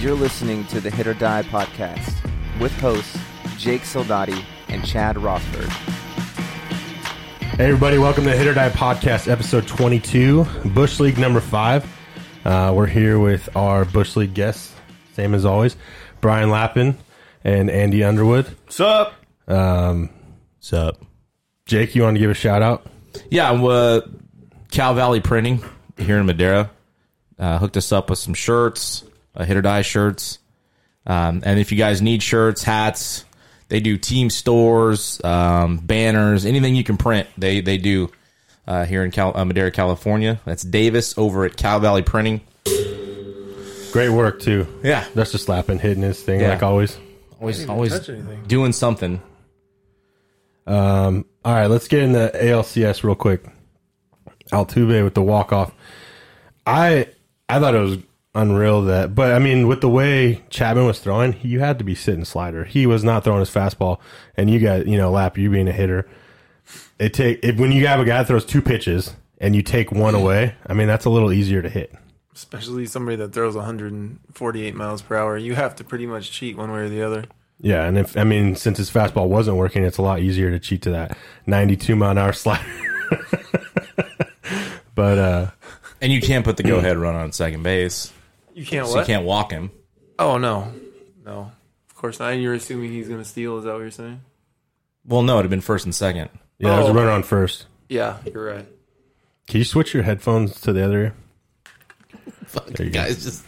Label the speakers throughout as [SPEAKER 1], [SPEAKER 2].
[SPEAKER 1] You're listening to the Hit or Die podcast with hosts Jake Soldati and Chad Rothberg.
[SPEAKER 2] Hey everybody, welcome to Hit or Die Podcast, episode 22, Bush League number five. Uh, we're here with our Bush League guests, same as always, Brian Lappin and Andy Underwood.
[SPEAKER 3] Sup?
[SPEAKER 2] Sup. Jake, you want to give a shout out?
[SPEAKER 3] Yeah, I'm, uh, Cal Valley Printing here in Madera uh, hooked us up with some shirts, uh, hit or die shirts. Um, and if you guys need shirts, hats, they do team stores, um, banners, anything you can print, they they do uh, here in Cal- uh, Madera, California. That's Davis over at Cal Valley Printing.
[SPEAKER 2] Great work too.
[SPEAKER 3] Yeah.
[SPEAKER 2] That's just Lappin hitting his thing
[SPEAKER 3] Yeah.
[SPEAKER 2] like always.
[SPEAKER 3] Always always doing something.
[SPEAKER 2] All right, let's get in the ALCS real quick. Altuve with the walk off. I I thought it was unreal that, but I mean, with the way Chapman was throwing, you had to be sitting slider. He was not throwing his fastball, and you got you know Lap, you being a hitter, it take if, when you have a guy that throws two pitches and you take one away. I mean, that's a little easier to hit.
[SPEAKER 4] especially somebody that throws 148 miles per hour, you have to pretty much cheat one way or the other.
[SPEAKER 2] Yeah, and if I mean, since his fastball wasn't working, it's a lot easier to cheat to that ninety-two mile an hour slider. but uh
[SPEAKER 3] And you can't put the go ahead run on second base.
[SPEAKER 4] You can't
[SPEAKER 3] So
[SPEAKER 4] what?
[SPEAKER 3] you can't walk him.
[SPEAKER 4] Oh no, no, of course not. You're assuming he's gonna steal. Is that what you're saying?
[SPEAKER 3] Well, no, it'd have been first and second.
[SPEAKER 2] yeah, there was a
[SPEAKER 4] Oh.
[SPEAKER 2] runner on first.
[SPEAKER 4] Yeah, you're right.
[SPEAKER 2] Can you switch your headphones to the other ear? you go.
[SPEAKER 3] guys just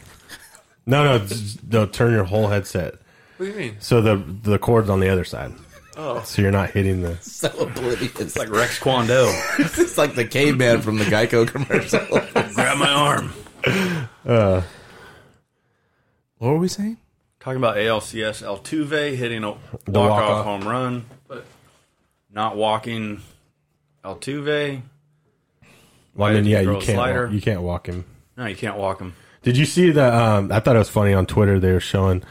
[SPEAKER 2] No, no, j- no. Turn your whole headset
[SPEAKER 4] What do you mean?
[SPEAKER 2] so the the cord's on the other side,
[SPEAKER 4] Oh,
[SPEAKER 2] so you're not hitting the.
[SPEAKER 3] so oblivious.
[SPEAKER 5] Like Rex Kwando.
[SPEAKER 3] It's like the caveman from the Geico commercial.
[SPEAKER 5] Grab my arm.
[SPEAKER 3] What were we saying?
[SPEAKER 5] Talking about ALCS, Altuve hitting a walk-off,
[SPEAKER 2] walk-off.
[SPEAKER 5] home run, but not walking Altuve.
[SPEAKER 2] Well, I mean,
[SPEAKER 5] did
[SPEAKER 2] yeah,
[SPEAKER 5] you
[SPEAKER 2] you
[SPEAKER 5] throw a
[SPEAKER 2] can't
[SPEAKER 5] slider?
[SPEAKER 2] walk, you can't walk him.
[SPEAKER 5] No, you can't walk him.
[SPEAKER 2] Did you see the? Um, I thought it was funny on Twitter. They were showing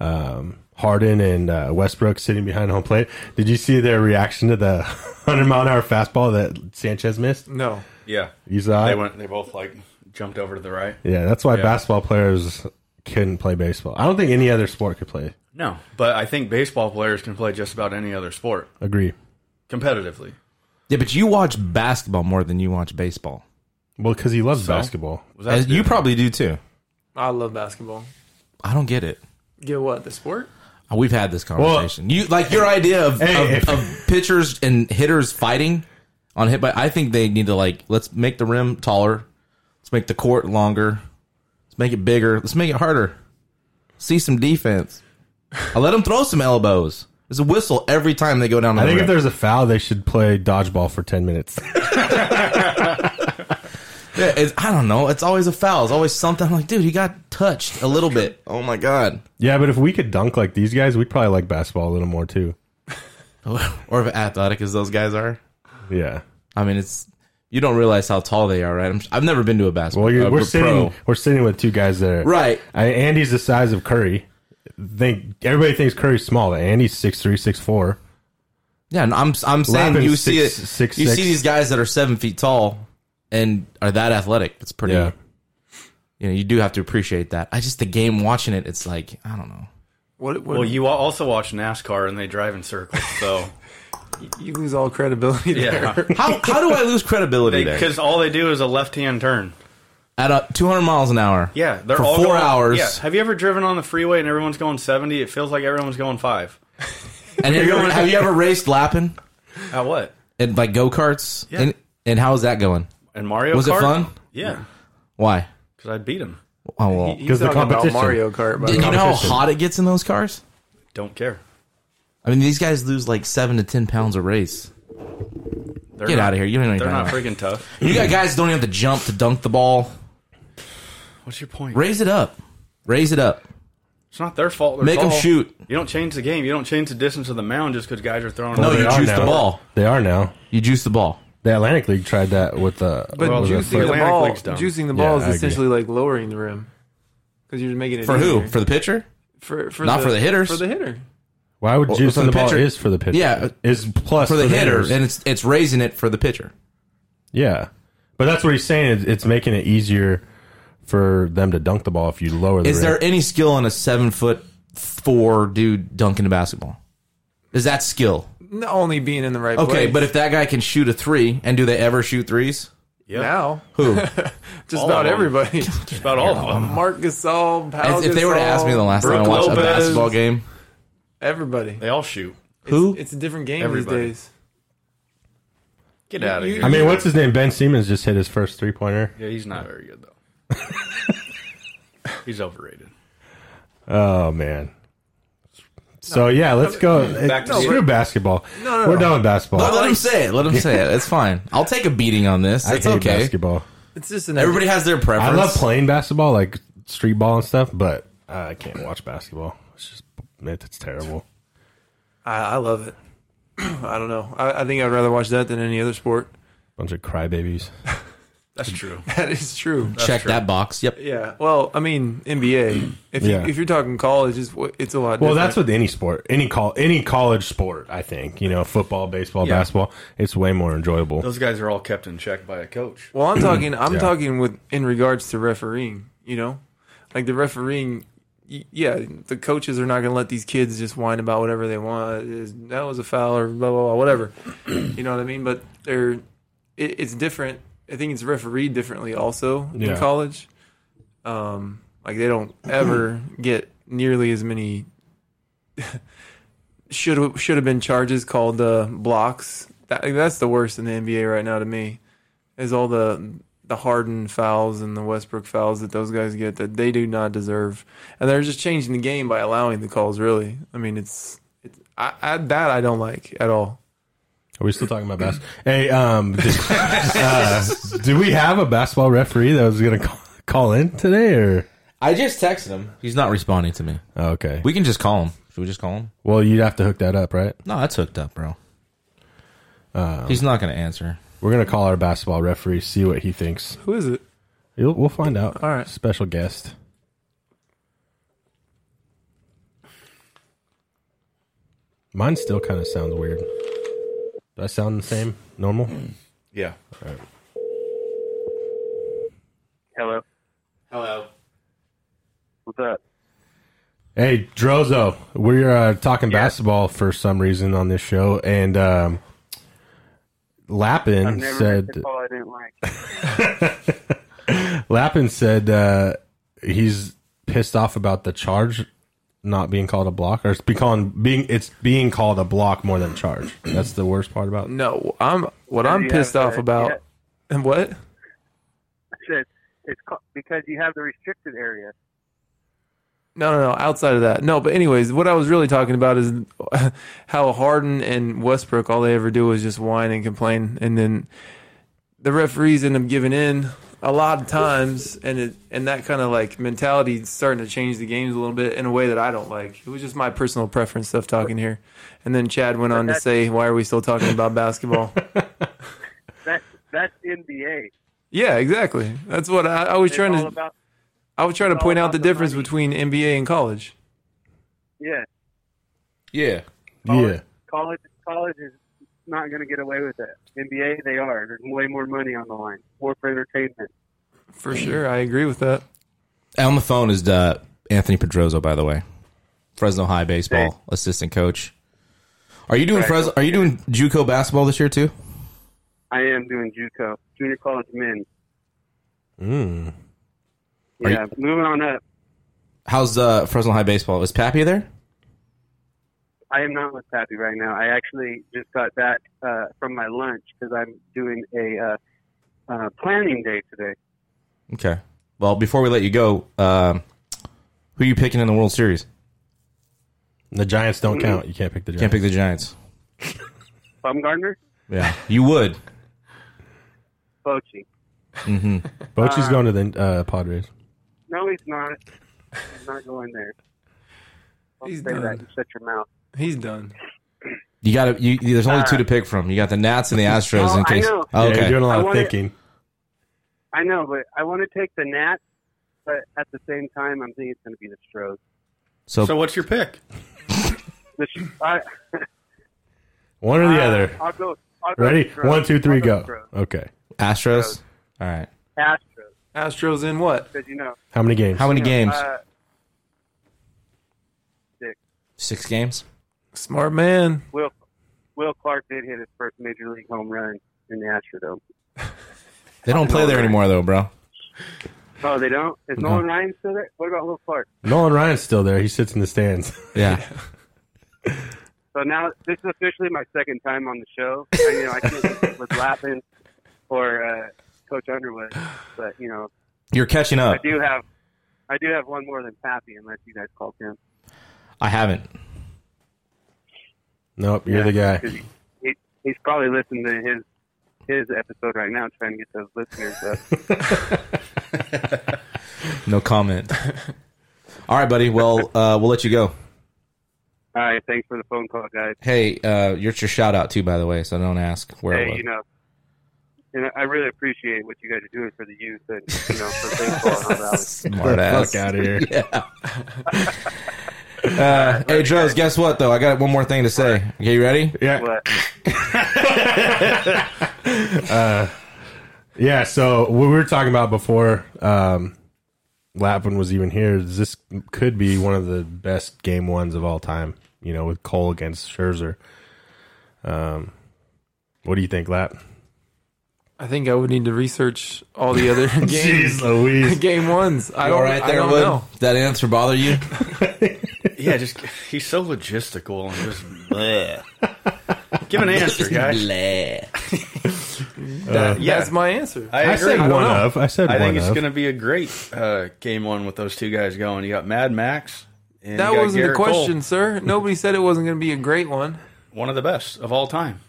[SPEAKER 2] um, Harden and uh, Westbrook sitting behind home plate. Did you see their reaction to the 100 mile an hour fastball that Sanchez missed?
[SPEAKER 4] no.
[SPEAKER 5] Yeah,
[SPEAKER 2] You saw
[SPEAKER 5] they
[SPEAKER 2] it?
[SPEAKER 5] went. They both like jumped over to the right.
[SPEAKER 2] yeah, that's why
[SPEAKER 5] Yeah.
[SPEAKER 2] basketball players couldn't play baseball. I don't think any other sport could play.
[SPEAKER 5] No, but I think baseball players can play just about any other sport
[SPEAKER 2] Agree.
[SPEAKER 5] competitively.
[SPEAKER 3] Yeah, but you watch basketball more than you watch baseball.
[SPEAKER 2] Well, because he loves
[SPEAKER 5] So?
[SPEAKER 2] basketball.
[SPEAKER 5] Was that
[SPEAKER 3] As you
[SPEAKER 5] good?
[SPEAKER 3] probably do too.
[SPEAKER 4] I love basketball.
[SPEAKER 3] I don't get it.
[SPEAKER 4] Get what the sport?
[SPEAKER 3] Oh, We've had this conversation. you like your idea of,
[SPEAKER 2] Hey,
[SPEAKER 3] of,
[SPEAKER 2] if-
[SPEAKER 3] of pitchers and hitters fighting on hit by. I think they need to like let's make the rim taller, let's make the court longer, let's make it bigger, let's make it harder. See some defense. I let them throw some elbows. There's a whistle every time they go down. The
[SPEAKER 2] I think if
[SPEAKER 3] rim.
[SPEAKER 2] there's a foul, they should play dodgeball for 10 minutes.
[SPEAKER 3] Yeah, it's, I don't know. It's always a foul. It's always something. I'm like, dude, he got touched a little bit. Oh my god.
[SPEAKER 2] yeah, but if we could dunk like these guys, we'd probably like basketball a little more too.
[SPEAKER 3] or if athletic as those guys are.
[SPEAKER 2] Yeah.
[SPEAKER 3] I mean, it's you don't realize how tall they are, right? I'm, I've never been to a basketball.
[SPEAKER 2] Well, you're,
[SPEAKER 3] uh,
[SPEAKER 2] we're
[SPEAKER 3] pro-
[SPEAKER 2] sitting we're sitting with two guys that are
[SPEAKER 3] Right.
[SPEAKER 2] I, Andy's the size of Curry. Think everybody thinks Curry's small, but Andy's six three, six four.
[SPEAKER 3] Yeah, and I'm I'm saying
[SPEAKER 2] Lappin's
[SPEAKER 3] you see it.
[SPEAKER 2] six- six-
[SPEAKER 3] you
[SPEAKER 2] six.
[SPEAKER 3] see these guys that are seven feet tall and are that athletic. It's pretty.
[SPEAKER 2] Yeah.
[SPEAKER 3] You know, you do have to appreciate that. I just the game watching it. It's like I don't know.
[SPEAKER 4] What? what
[SPEAKER 5] Well, you al- also watch NASCAR and they drive in circles. So
[SPEAKER 4] you lose all credibility
[SPEAKER 5] yeah,
[SPEAKER 4] there.
[SPEAKER 3] How how do I lose credibility there?
[SPEAKER 5] because all they do is a left-hand turn.
[SPEAKER 3] At uh 200 miles an hour.
[SPEAKER 5] Yeah, they're
[SPEAKER 3] for
[SPEAKER 5] all
[SPEAKER 3] four
[SPEAKER 5] going-
[SPEAKER 3] hours.
[SPEAKER 5] Yeah. Have you ever driven on the freeway and everyone's going seventy? It feels like everyone's going five.
[SPEAKER 3] And have you, ever, have you ever raced lapping
[SPEAKER 5] At what?
[SPEAKER 3] and like go karts?
[SPEAKER 5] Yeah.
[SPEAKER 3] And and how is that going?
[SPEAKER 5] And Mario
[SPEAKER 3] Was it
[SPEAKER 5] Kart?
[SPEAKER 3] fun?
[SPEAKER 5] Yeah,
[SPEAKER 3] Why?
[SPEAKER 5] because I beat him.
[SPEAKER 3] Oh well.
[SPEAKER 4] He's
[SPEAKER 2] 'Cause the
[SPEAKER 4] talking about
[SPEAKER 2] competition.
[SPEAKER 4] Mario Kart. By
[SPEAKER 3] Do
[SPEAKER 4] the
[SPEAKER 3] you
[SPEAKER 4] way.
[SPEAKER 3] know how hot it gets in those cars?
[SPEAKER 5] Don't care.
[SPEAKER 3] I mean, these guys lose like seven to ten pounds a race.
[SPEAKER 5] They're
[SPEAKER 3] Get
[SPEAKER 5] not-
[SPEAKER 3] out of here! You don't know
[SPEAKER 5] They're
[SPEAKER 3] anything.
[SPEAKER 5] not
[SPEAKER 3] About.
[SPEAKER 5] freaking tough.
[SPEAKER 3] You got guys that don't even have to jump to dunk the ball.
[SPEAKER 5] What's your point?
[SPEAKER 3] Raise it up. Raise it up.
[SPEAKER 5] It's not their fault. They're
[SPEAKER 3] Make 'em
[SPEAKER 5] tall.
[SPEAKER 3] shoot.
[SPEAKER 5] You don't change the game. You don't change the distance of the mound just because guys are throwing.
[SPEAKER 3] No,
[SPEAKER 5] it.
[SPEAKER 2] They
[SPEAKER 3] you
[SPEAKER 2] are
[SPEAKER 3] juice
[SPEAKER 2] now.
[SPEAKER 3] the ball.
[SPEAKER 2] They are now.
[SPEAKER 3] You juice the ball.
[SPEAKER 2] The Atlantic League tried that with the.
[SPEAKER 4] But
[SPEAKER 2] with the
[SPEAKER 4] juicing the,
[SPEAKER 2] foot.
[SPEAKER 5] Atlantic
[SPEAKER 4] ball,
[SPEAKER 5] League's dumb.
[SPEAKER 4] juicing the ball
[SPEAKER 2] Yeah, I
[SPEAKER 4] is
[SPEAKER 2] agree.
[SPEAKER 4] essentially like lowering the rim because you're making it
[SPEAKER 3] For who?
[SPEAKER 4] easier.
[SPEAKER 3] For the pitcher?
[SPEAKER 4] for, for
[SPEAKER 3] Not for the hitters.
[SPEAKER 4] For the hitter.
[SPEAKER 2] Why would juicing
[SPEAKER 3] for
[SPEAKER 2] the,
[SPEAKER 3] the
[SPEAKER 2] ball
[SPEAKER 3] pitcher-
[SPEAKER 2] is for the pitcher?
[SPEAKER 3] Yeah.
[SPEAKER 2] is plus
[SPEAKER 3] For the hitter,
[SPEAKER 2] hitters.
[SPEAKER 3] and it's it's raising it for the pitcher.
[SPEAKER 2] Yeah, but that's what he's saying. Is it's making it easier for them to dunk the ball if you lower the
[SPEAKER 3] Is
[SPEAKER 2] rim.
[SPEAKER 3] there any skill in a seven foot four dude dunking a basketball? Is that skill?
[SPEAKER 4] N- Only being in the right
[SPEAKER 3] Okay,
[SPEAKER 4] place.
[SPEAKER 3] but if that guy can shoot a three, and do they ever shoot threes?
[SPEAKER 4] now
[SPEAKER 3] Who?
[SPEAKER 4] just
[SPEAKER 5] All
[SPEAKER 4] about
[SPEAKER 5] of 'em.
[SPEAKER 4] everybody.
[SPEAKER 5] It's about all of them.
[SPEAKER 4] Mark Gasol,
[SPEAKER 3] Mm.
[SPEAKER 4] Pau
[SPEAKER 3] if, if they were to ask me the last
[SPEAKER 5] Brooke
[SPEAKER 3] time I watched a
[SPEAKER 5] Lopez.
[SPEAKER 3] basketball game,
[SPEAKER 4] everybody,
[SPEAKER 5] They all shoot.
[SPEAKER 3] who?
[SPEAKER 4] it's a different game
[SPEAKER 5] Everybody.
[SPEAKER 4] these days.
[SPEAKER 5] Get out of
[SPEAKER 4] you-
[SPEAKER 5] here.
[SPEAKER 2] I mean, what's his name? Ben Siemens just hit his first three pointer.
[SPEAKER 5] yeah, he's not very good though. he's overrated.
[SPEAKER 2] Oh man. So yeah, let's go.
[SPEAKER 5] Back to-
[SPEAKER 2] Screw basketball.
[SPEAKER 4] no,
[SPEAKER 2] We're
[SPEAKER 4] no.
[SPEAKER 2] done with basketball.
[SPEAKER 3] Let, let him say it. Let him say it. It's fine. I'll take a beating on this.
[SPEAKER 2] I
[SPEAKER 3] It's
[SPEAKER 2] hate
[SPEAKER 3] okay.
[SPEAKER 2] basketball.
[SPEAKER 4] It's just an
[SPEAKER 3] Everybody has their preference.
[SPEAKER 2] I love playing basketball, like street ball and stuff, but I can't watch basketball. It's just it, it's terrible.
[SPEAKER 4] I, I love it. I don't know. I, I think I'd rather watch that than any other sport.
[SPEAKER 2] Bunch of crybabies.
[SPEAKER 5] That's true.
[SPEAKER 4] That is true.
[SPEAKER 3] Check that box. Yep.
[SPEAKER 4] Yeah. Well, I mean NBA. If
[SPEAKER 2] Yeah.
[SPEAKER 4] you, if you're talking college, it's wh- it's a lot.
[SPEAKER 2] Well,
[SPEAKER 4] different.
[SPEAKER 2] that's with any sport, any call, any college sport. I think you know, football, baseball,
[SPEAKER 3] Yeah.
[SPEAKER 2] basketball. It's way more enjoyable.
[SPEAKER 5] Those guys are all kept in check by a coach.
[SPEAKER 4] Well, I'm talking. I'm
[SPEAKER 2] Yeah.
[SPEAKER 4] talking with in regards to refereeing. You know, like the refereeing. y- Yeah, the coaches are not going to let these kids just whine about whatever they want. Is- That was a foul or blah blah blah, whatever. you know what I mean? But they're it, it's different. I think it's refereed differently also
[SPEAKER 2] Yeah.
[SPEAKER 4] in college. Um, like they don't ever get nearly as many should should have been charges called uh, blocks. That, that's the worst in the NBA right now to me is all the the Harden fouls and the Westbrook fouls that those guys get that they do not deserve, and they're just changing the game by allowing the calls. Really, I mean, it's it's I, I, that I don't like at all.
[SPEAKER 2] Are we still talking about basketball? hey, um, did, uh, do we have a basketball referee that was going to call, call in today? Or
[SPEAKER 3] I just texted him. He's not responding to me.
[SPEAKER 2] oh, okay,
[SPEAKER 3] We can just call him. Should we just call him?
[SPEAKER 2] well, you'd have to hook that up, right?
[SPEAKER 3] No, that's hooked up, bro. He's not going to answer.
[SPEAKER 2] We're going to call our basketball referee, see what he thinks.
[SPEAKER 4] Who is it?
[SPEAKER 2] You'll, we'll find out.
[SPEAKER 4] All right.
[SPEAKER 2] special guest. Mine still kind of sounds weird. Do I sound the same? Normal?
[SPEAKER 5] Yeah.
[SPEAKER 6] Hello.
[SPEAKER 5] Hello.
[SPEAKER 6] What's up?
[SPEAKER 2] Hey, Drozo, we're uh, talking basketball for some reason on this show, and um, Lappin
[SPEAKER 6] Never
[SPEAKER 2] said
[SPEAKER 6] missed a call I didn't like.
[SPEAKER 2] Lappin said uh, he's pissed off about the charge not being called a block, or it's be calling, being it's being called a block more than charge. That's the worst part about.
[SPEAKER 4] No, I'm what
[SPEAKER 6] Because
[SPEAKER 4] I'm
[SPEAKER 6] you
[SPEAKER 4] pissed
[SPEAKER 6] have
[SPEAKER 4] off
[SPEAKER 6] the-
[SPEAKER 4] about.
[SPEAKER 6] yeah.
[SPEAKER 4] And what?
[SPEAKER 6] I said it's ca- because you have the restricted area.
[SPEAKER 4] No, no, no. Outside of that, no. But anyways, what I was really talking about is how Harden and Westbrook all they ever do is just whine and complain, and then the referees end up giving in a lot of times, and it and that kind of like mentality is starting to change the games a little bit in a way that I don't like. It was just my personal preference stuff talking here, and then Chad went on to
[SPEAKER 6] that's-
[SPEAKER 4] say, "Why are we still talking about basketball?"
[SPEAKER 6] That's that's NBA.
[SPEAKER 4] yeah, exactly. That's what I, I was
[SPEAKER 6] It's
[SPEAKER 4] trying
[SPEAKER 6] all
[SPEAKER 4] to.
[SPEAKER 6] about
[SPEAKER 4] I was trying to
[SPEAKER 6] it's all
[SPEAKER 4] point out
[SPEAKER 6] about
[SPEAKER 4] the
[SPEAKER 6] the
[SPEAKER 4] difference
[SPEAKER 6] money.
[SPEAKER 4] between NBA and college.
[SPEAKER 6] yeah.
[SPEAKER 3] Yeah.
[SPEAKER 2] Yeah,
[SPEAKER 6] College college is not going to get away with that. NBA they are. There's way more money on the line. More for entertainment.
[SPEAKER 4] For sure, I agree with that.
[SPEAKER 3] On the phone is uh, Anthony Pedrozo, by the way, Fresno High baseball
[SPEAKER 6] Hey.
[SPEAKER 3] assistant coach. Are you doing
[SPEAKER 6] Right.
[SPEAKER 3] Fresno? Are you doing JUCO basketball this year too?
[SPEAKER 6] I am doing JUCO, junior college men.
[SPEAKER 4] Hmm.
[SPEAKER 2] Mm.
[SPEAKER 3] Are you-
[SPEAKER 6] Yeah, moving on up.
[SPEAKER 3] How's uh, Fresno High baseball? Is Pappy there?
[SPEAKER 6] I am not with Pappy right now. I actually just got back uh, from my lunch because I'm doing a uh, uh, planning day today.
[SPEAKER 3] Okay. Well, before we let you go, um, who you picking in the World Series?
[SPEAKER 2] the Giants don't count. You can't pick the Giants.
[SPEAKER 3] Hmm. Can't pick the Giants.
[SPEAKER 6] Baumgartner,
[SPEAKER 3] Yeah, you would.
[SPEAKER 6] Bochy.
[SPEAKER 3] Ah.
[SPEAKER 2] Bochy's going to the uh, Padres.
[SPEAKER 6] No, he's not. He's not going there. Don't
[SPEAKER 4] He's
[SPEAKER 6] say
[SPEAKER 4] done.
[SPEAKER 6] that. You shut your mouth.
[SPEAKER 4] He's done.
[SPEAKER 3] You got to. You, there's only two to pick from. You got the Nats and the Astros.
[SPEAKER 6] Well,
[SPEAKER 3] in
[SPEAKER 6] I
[SPEAKER 3] case.
[SPEAKER 6] know.
[SPEAKER 3] Oh,
[SPEAKER 2] Yeah,
[SPEAKER 3] okay.
[SPEAKER 2] you're doing a lot
[SPEAKER 6] I
[SPEAKER 2] of
[SPEAKER 6] wanna-
[SPEAKER 2] thinking.
[SPEAKER 6] I know, but I want to take the Nats, but at the same time, I'm thinking it's going to be the Stros.
[SPEAKER 5] So what's your pick?
[SPEAKER 6] The Sh- I,
[SPEAKER 2] One or
[SPEAKER 3] Ah.
[SPEAKER 2] the other.
[SPEAKER 6] I'll go. I'll go
[SPEAKER 2] Ready?
[SPEAKER 6] Stros.
[SPEAKER 2] One, two, three,
[SPEAKER 6] I'll
[SPEAKER 2] go.
[SPEAKER 6] Stros.
[SPEAKER 2] Okay.
[SPEAKER 3] Astros. All right.
[SPEAKER 6] Astros.
[SPEAKER 4] Astros in what?
[SPEAKER 6] because you know.
[SPEAKER 2] How many games?
[SPEAKER 3] How many games?
[SPEAKER 6] Uh,
[SPEAKER 3] Six games.
[SPEAKER 4] Smart man.
[SPEAKER 6] Will Will Clark did hit his first major league home run in the Astrodome.
[SPEAKER 3] They don't play there anymore though, bro.
[SPEAKER 6] Oh, they don't. Is Nolan Ryan still there? What about Will Clark?
[SPEAKER 2] Nolan Ryan's still there. He sits in the stands.
[SPEAKER 3] Yeah.
[SPEAKER 6] So now this is officially my second time on the show. I, you know, I can't was laughing or uh, Coach Underwood, but you know,
[SPEAKER 3] You're catching
[SPEAKER 6] I
[SPEAKER 3] up.
[SPEAKER 6] do have I do have one more than Pappy, unless you guys call him.
[SPEAKER 3] I haven't.
[SPEAKER 2] Nope, you're the guy.
[SPEAKER 6] 'Cause he- he- he's probably listening to his his episode right now, trying to get those listeners up.
[SPEAKER 3] No comment. All right, buddy. Well, uh, we'll let you go.
[SPEAKER 6] All right, thanks for the phone call, guys.
[SPEAKER 3] Hey, uh, you're your shout out too, by the way. So don't ask where it
[SPEAKER 6] Hey,
[SPEAKER 3] was.
[SPEAKER 6] you know. And I really appreciate what you guys are doing for the youth and you know for baseball and all that.
[SPEAKER 3] Smart ass.
[SPEAKER 2] Fuck out of here.
[SPEAKER 3] Uh, hey, Joe's. Guess what though? I got one more thing to say. Okay, you ready?
[SPEAKER 2] Yeah.
[SPEAKER 6] But
[SPEAKER 2] Yeah, so what we were talking about before um, Lappin was even here is this could be one of the best game ones of all time, you know, with Cole against Scherzer. Um, what do you think, Lap?
[SPEAKER 4] I think I would need to research all the other games.
[SPEAKER 2] Louise.
[SPEAKER 4] Game ones. I
[SPEAKER 3] You
[SPEAKER 4] don't,
[SPEAKER 3] all right
[SPEAKER 4] I
[SPEAKER 3] there,
[SPEAKER 4] don't
[SPEAKER 3] Wood?
[SPEAKER 4] know.
[SPEAKER 3] Did That answer bother you?
[SPEAKER 5] Yeah, just he's so logistical and just bleh. give an answer, guys. yeah.
[SPEAKER 4] That's my answer.
[SPEAKER 5] I agree.
[SPEAKER 2] I said
[SPEAKER 4] I don't
[SPEAKER 2] one
[SPEAKER 4] know.
[SPEAKER 2] of. I said
[SPEAKER 5] I
[SPEAKER 2] one
[SPEAKER 5] think it's
[SPEAKER 2] of.
[SPEAKER 5] going to be a great uh, game one with those two guys going. You got Mad Max. And
[SPEAKER 4] that
[SPEAKER 5] you got
[SPEAKER 4] wasn't
[SPEAKER 5] Garrett
[SPEAKER 4] the
[SPEAKER 5] Cole,
[SPEAKER 4] question, sir. Nobody said it wasn't going to be a great one.
[SPEAKER 5] one of the best of all time.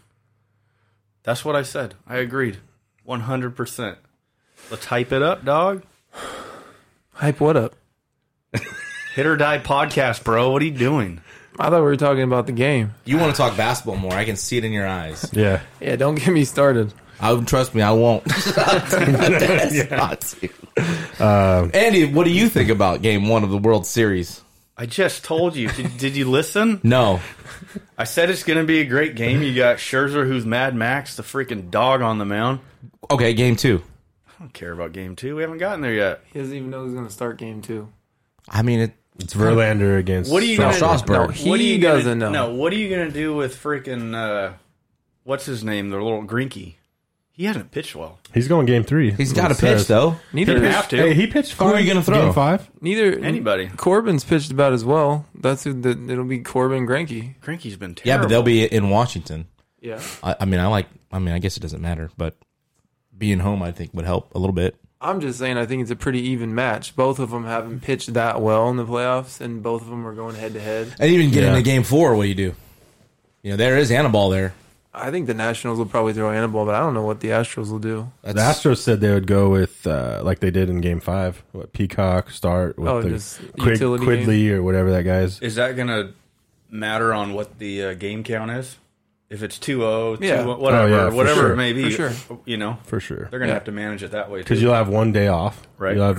[SPEAKER 5] That's what I said. I agreed, one hundred percent. Let's hype it up, dog.
[SPEAKER 4] Hype what up?
[SPEAKER 5] Hit or die podcast, bro. What are you doing?
[SPEAKER 4] I thought we were talking about the game.
[SPEAKER 3] You want to talk basketball more? I can see it in your eyes.
[SPEAKER 2] yeah.
[SPEAKER 4] Yeah, don't get me started.
[SPEAKER 3] I trust me. I won't. Andy, what do you think about Game One of the World Series?
[SPEAKER 5] I just told you. Did, did you listen?
[SPEAKER 3] No,
[SPEAKER 5] I said it's going to be a great game. You got Scherzer, who's Mad Max, the freaking dog on the mound.
[SPEAKER 3] Okay, game two.
[SPEAKER 5] I don't care about game two. We haven't gotten there yet.
[SPEAKER 4] He doesn't even know he's going to start game two.
[SPEAKER 3] I mean, it,
[SPEAKER 2] It's Verlander against
[SPEAKER 5] What are you
[SPEAKER 3] No,
[SPEAKER 5] gonna,
[SPEAKER 3] Strasburg.
[SPEAKER 4] No,
[SPEAKER 5] what
[SPEAKER 4] he
[SPEAKER 5] are you gonna-
[SPEAKER 4] doesn't know.
[SPEAKER 5] No, what are you going to do with freaking uh, what's his name? The little Grinky. He hasn't pitched well.
[SPEAKER 2] He's going game three.
[SPEAKER 3] he's got
[SPEAKER 2] a
[SPEAKER 3] a pitch though.
[SPEAKER 4] Neither
[SPEAKER 5] Didn't have to.
[SPEAKER 2] Hey, he pitched
[SPEAKER 3] Who
[SPEAKER 2] five.
[SPEAKER 3] are you gonna throw?
[SPEAKER 2] Game five?
[SPEAKER 4] neither
[SPEAKER 5] Anybody.
[SPEAKER 4] Corbin's pitched about as well. That's who the, it'll be Corbin Granke.
[SPEAKER 5] Grinky's been terrible.
[SPEAKER 3] Yeah, but they'll be in Washington.
[SPEAKER 4] Yeah.
[SPEAKER 3] I, I mean, I like. I mean, I guess it doesn't matter, but being home, I think, would help a little bit.
[SPEAKER 4] I'm just saying I think it's a pretty even match. Both of them haven't pitched that well in the playoffs and both of them are going head to head.
[SPEAKER 3] And even get
[SPEAKER 2] Yeah.
[SPEAKER 3] into Game Four, what do you do? You know, there is Annabelle there.
[SPEAKER 4] I think the Nationals will probably throw Annabelle, but I don't know what the Astros will do.
[SPEAKER 2] The Astros said they would go with uh, like they did in Game Five, what Peacock start with
[SPEAKER 4] Oh,
[SPEAKER 2] the
[SPEAKER 4] just
[SPEAKER 2] Quid,
[SPEAKER 4] utility game.
[SPEAKER 2] Quidley or whatever that guy is.
[SPEAKER 5] Is that going to matter on what the uh, game count is? If it's 2-0, 2
[SPEAKER 4] Yeah.
[SPEAKER 5] whatever,
[SPEAKER 2] Oh, yeah, for
[SPEAKER 5] whatever
[SPEAKER 2] sure.
[SPEAKER 5] it may be,
[SPEAKER 4] For
[SPEAKER 5] you know,
[SPEAKER 2] For sure.
[SPEAKER 5] they're going to have to manage it that way.
[SPEAKER 2] Because
[SPEAKER 5] Too.
[SPEAKER 2] you'll have one day off.
[SPEAKER 5] Right.
[SPEAKER 2] You'll have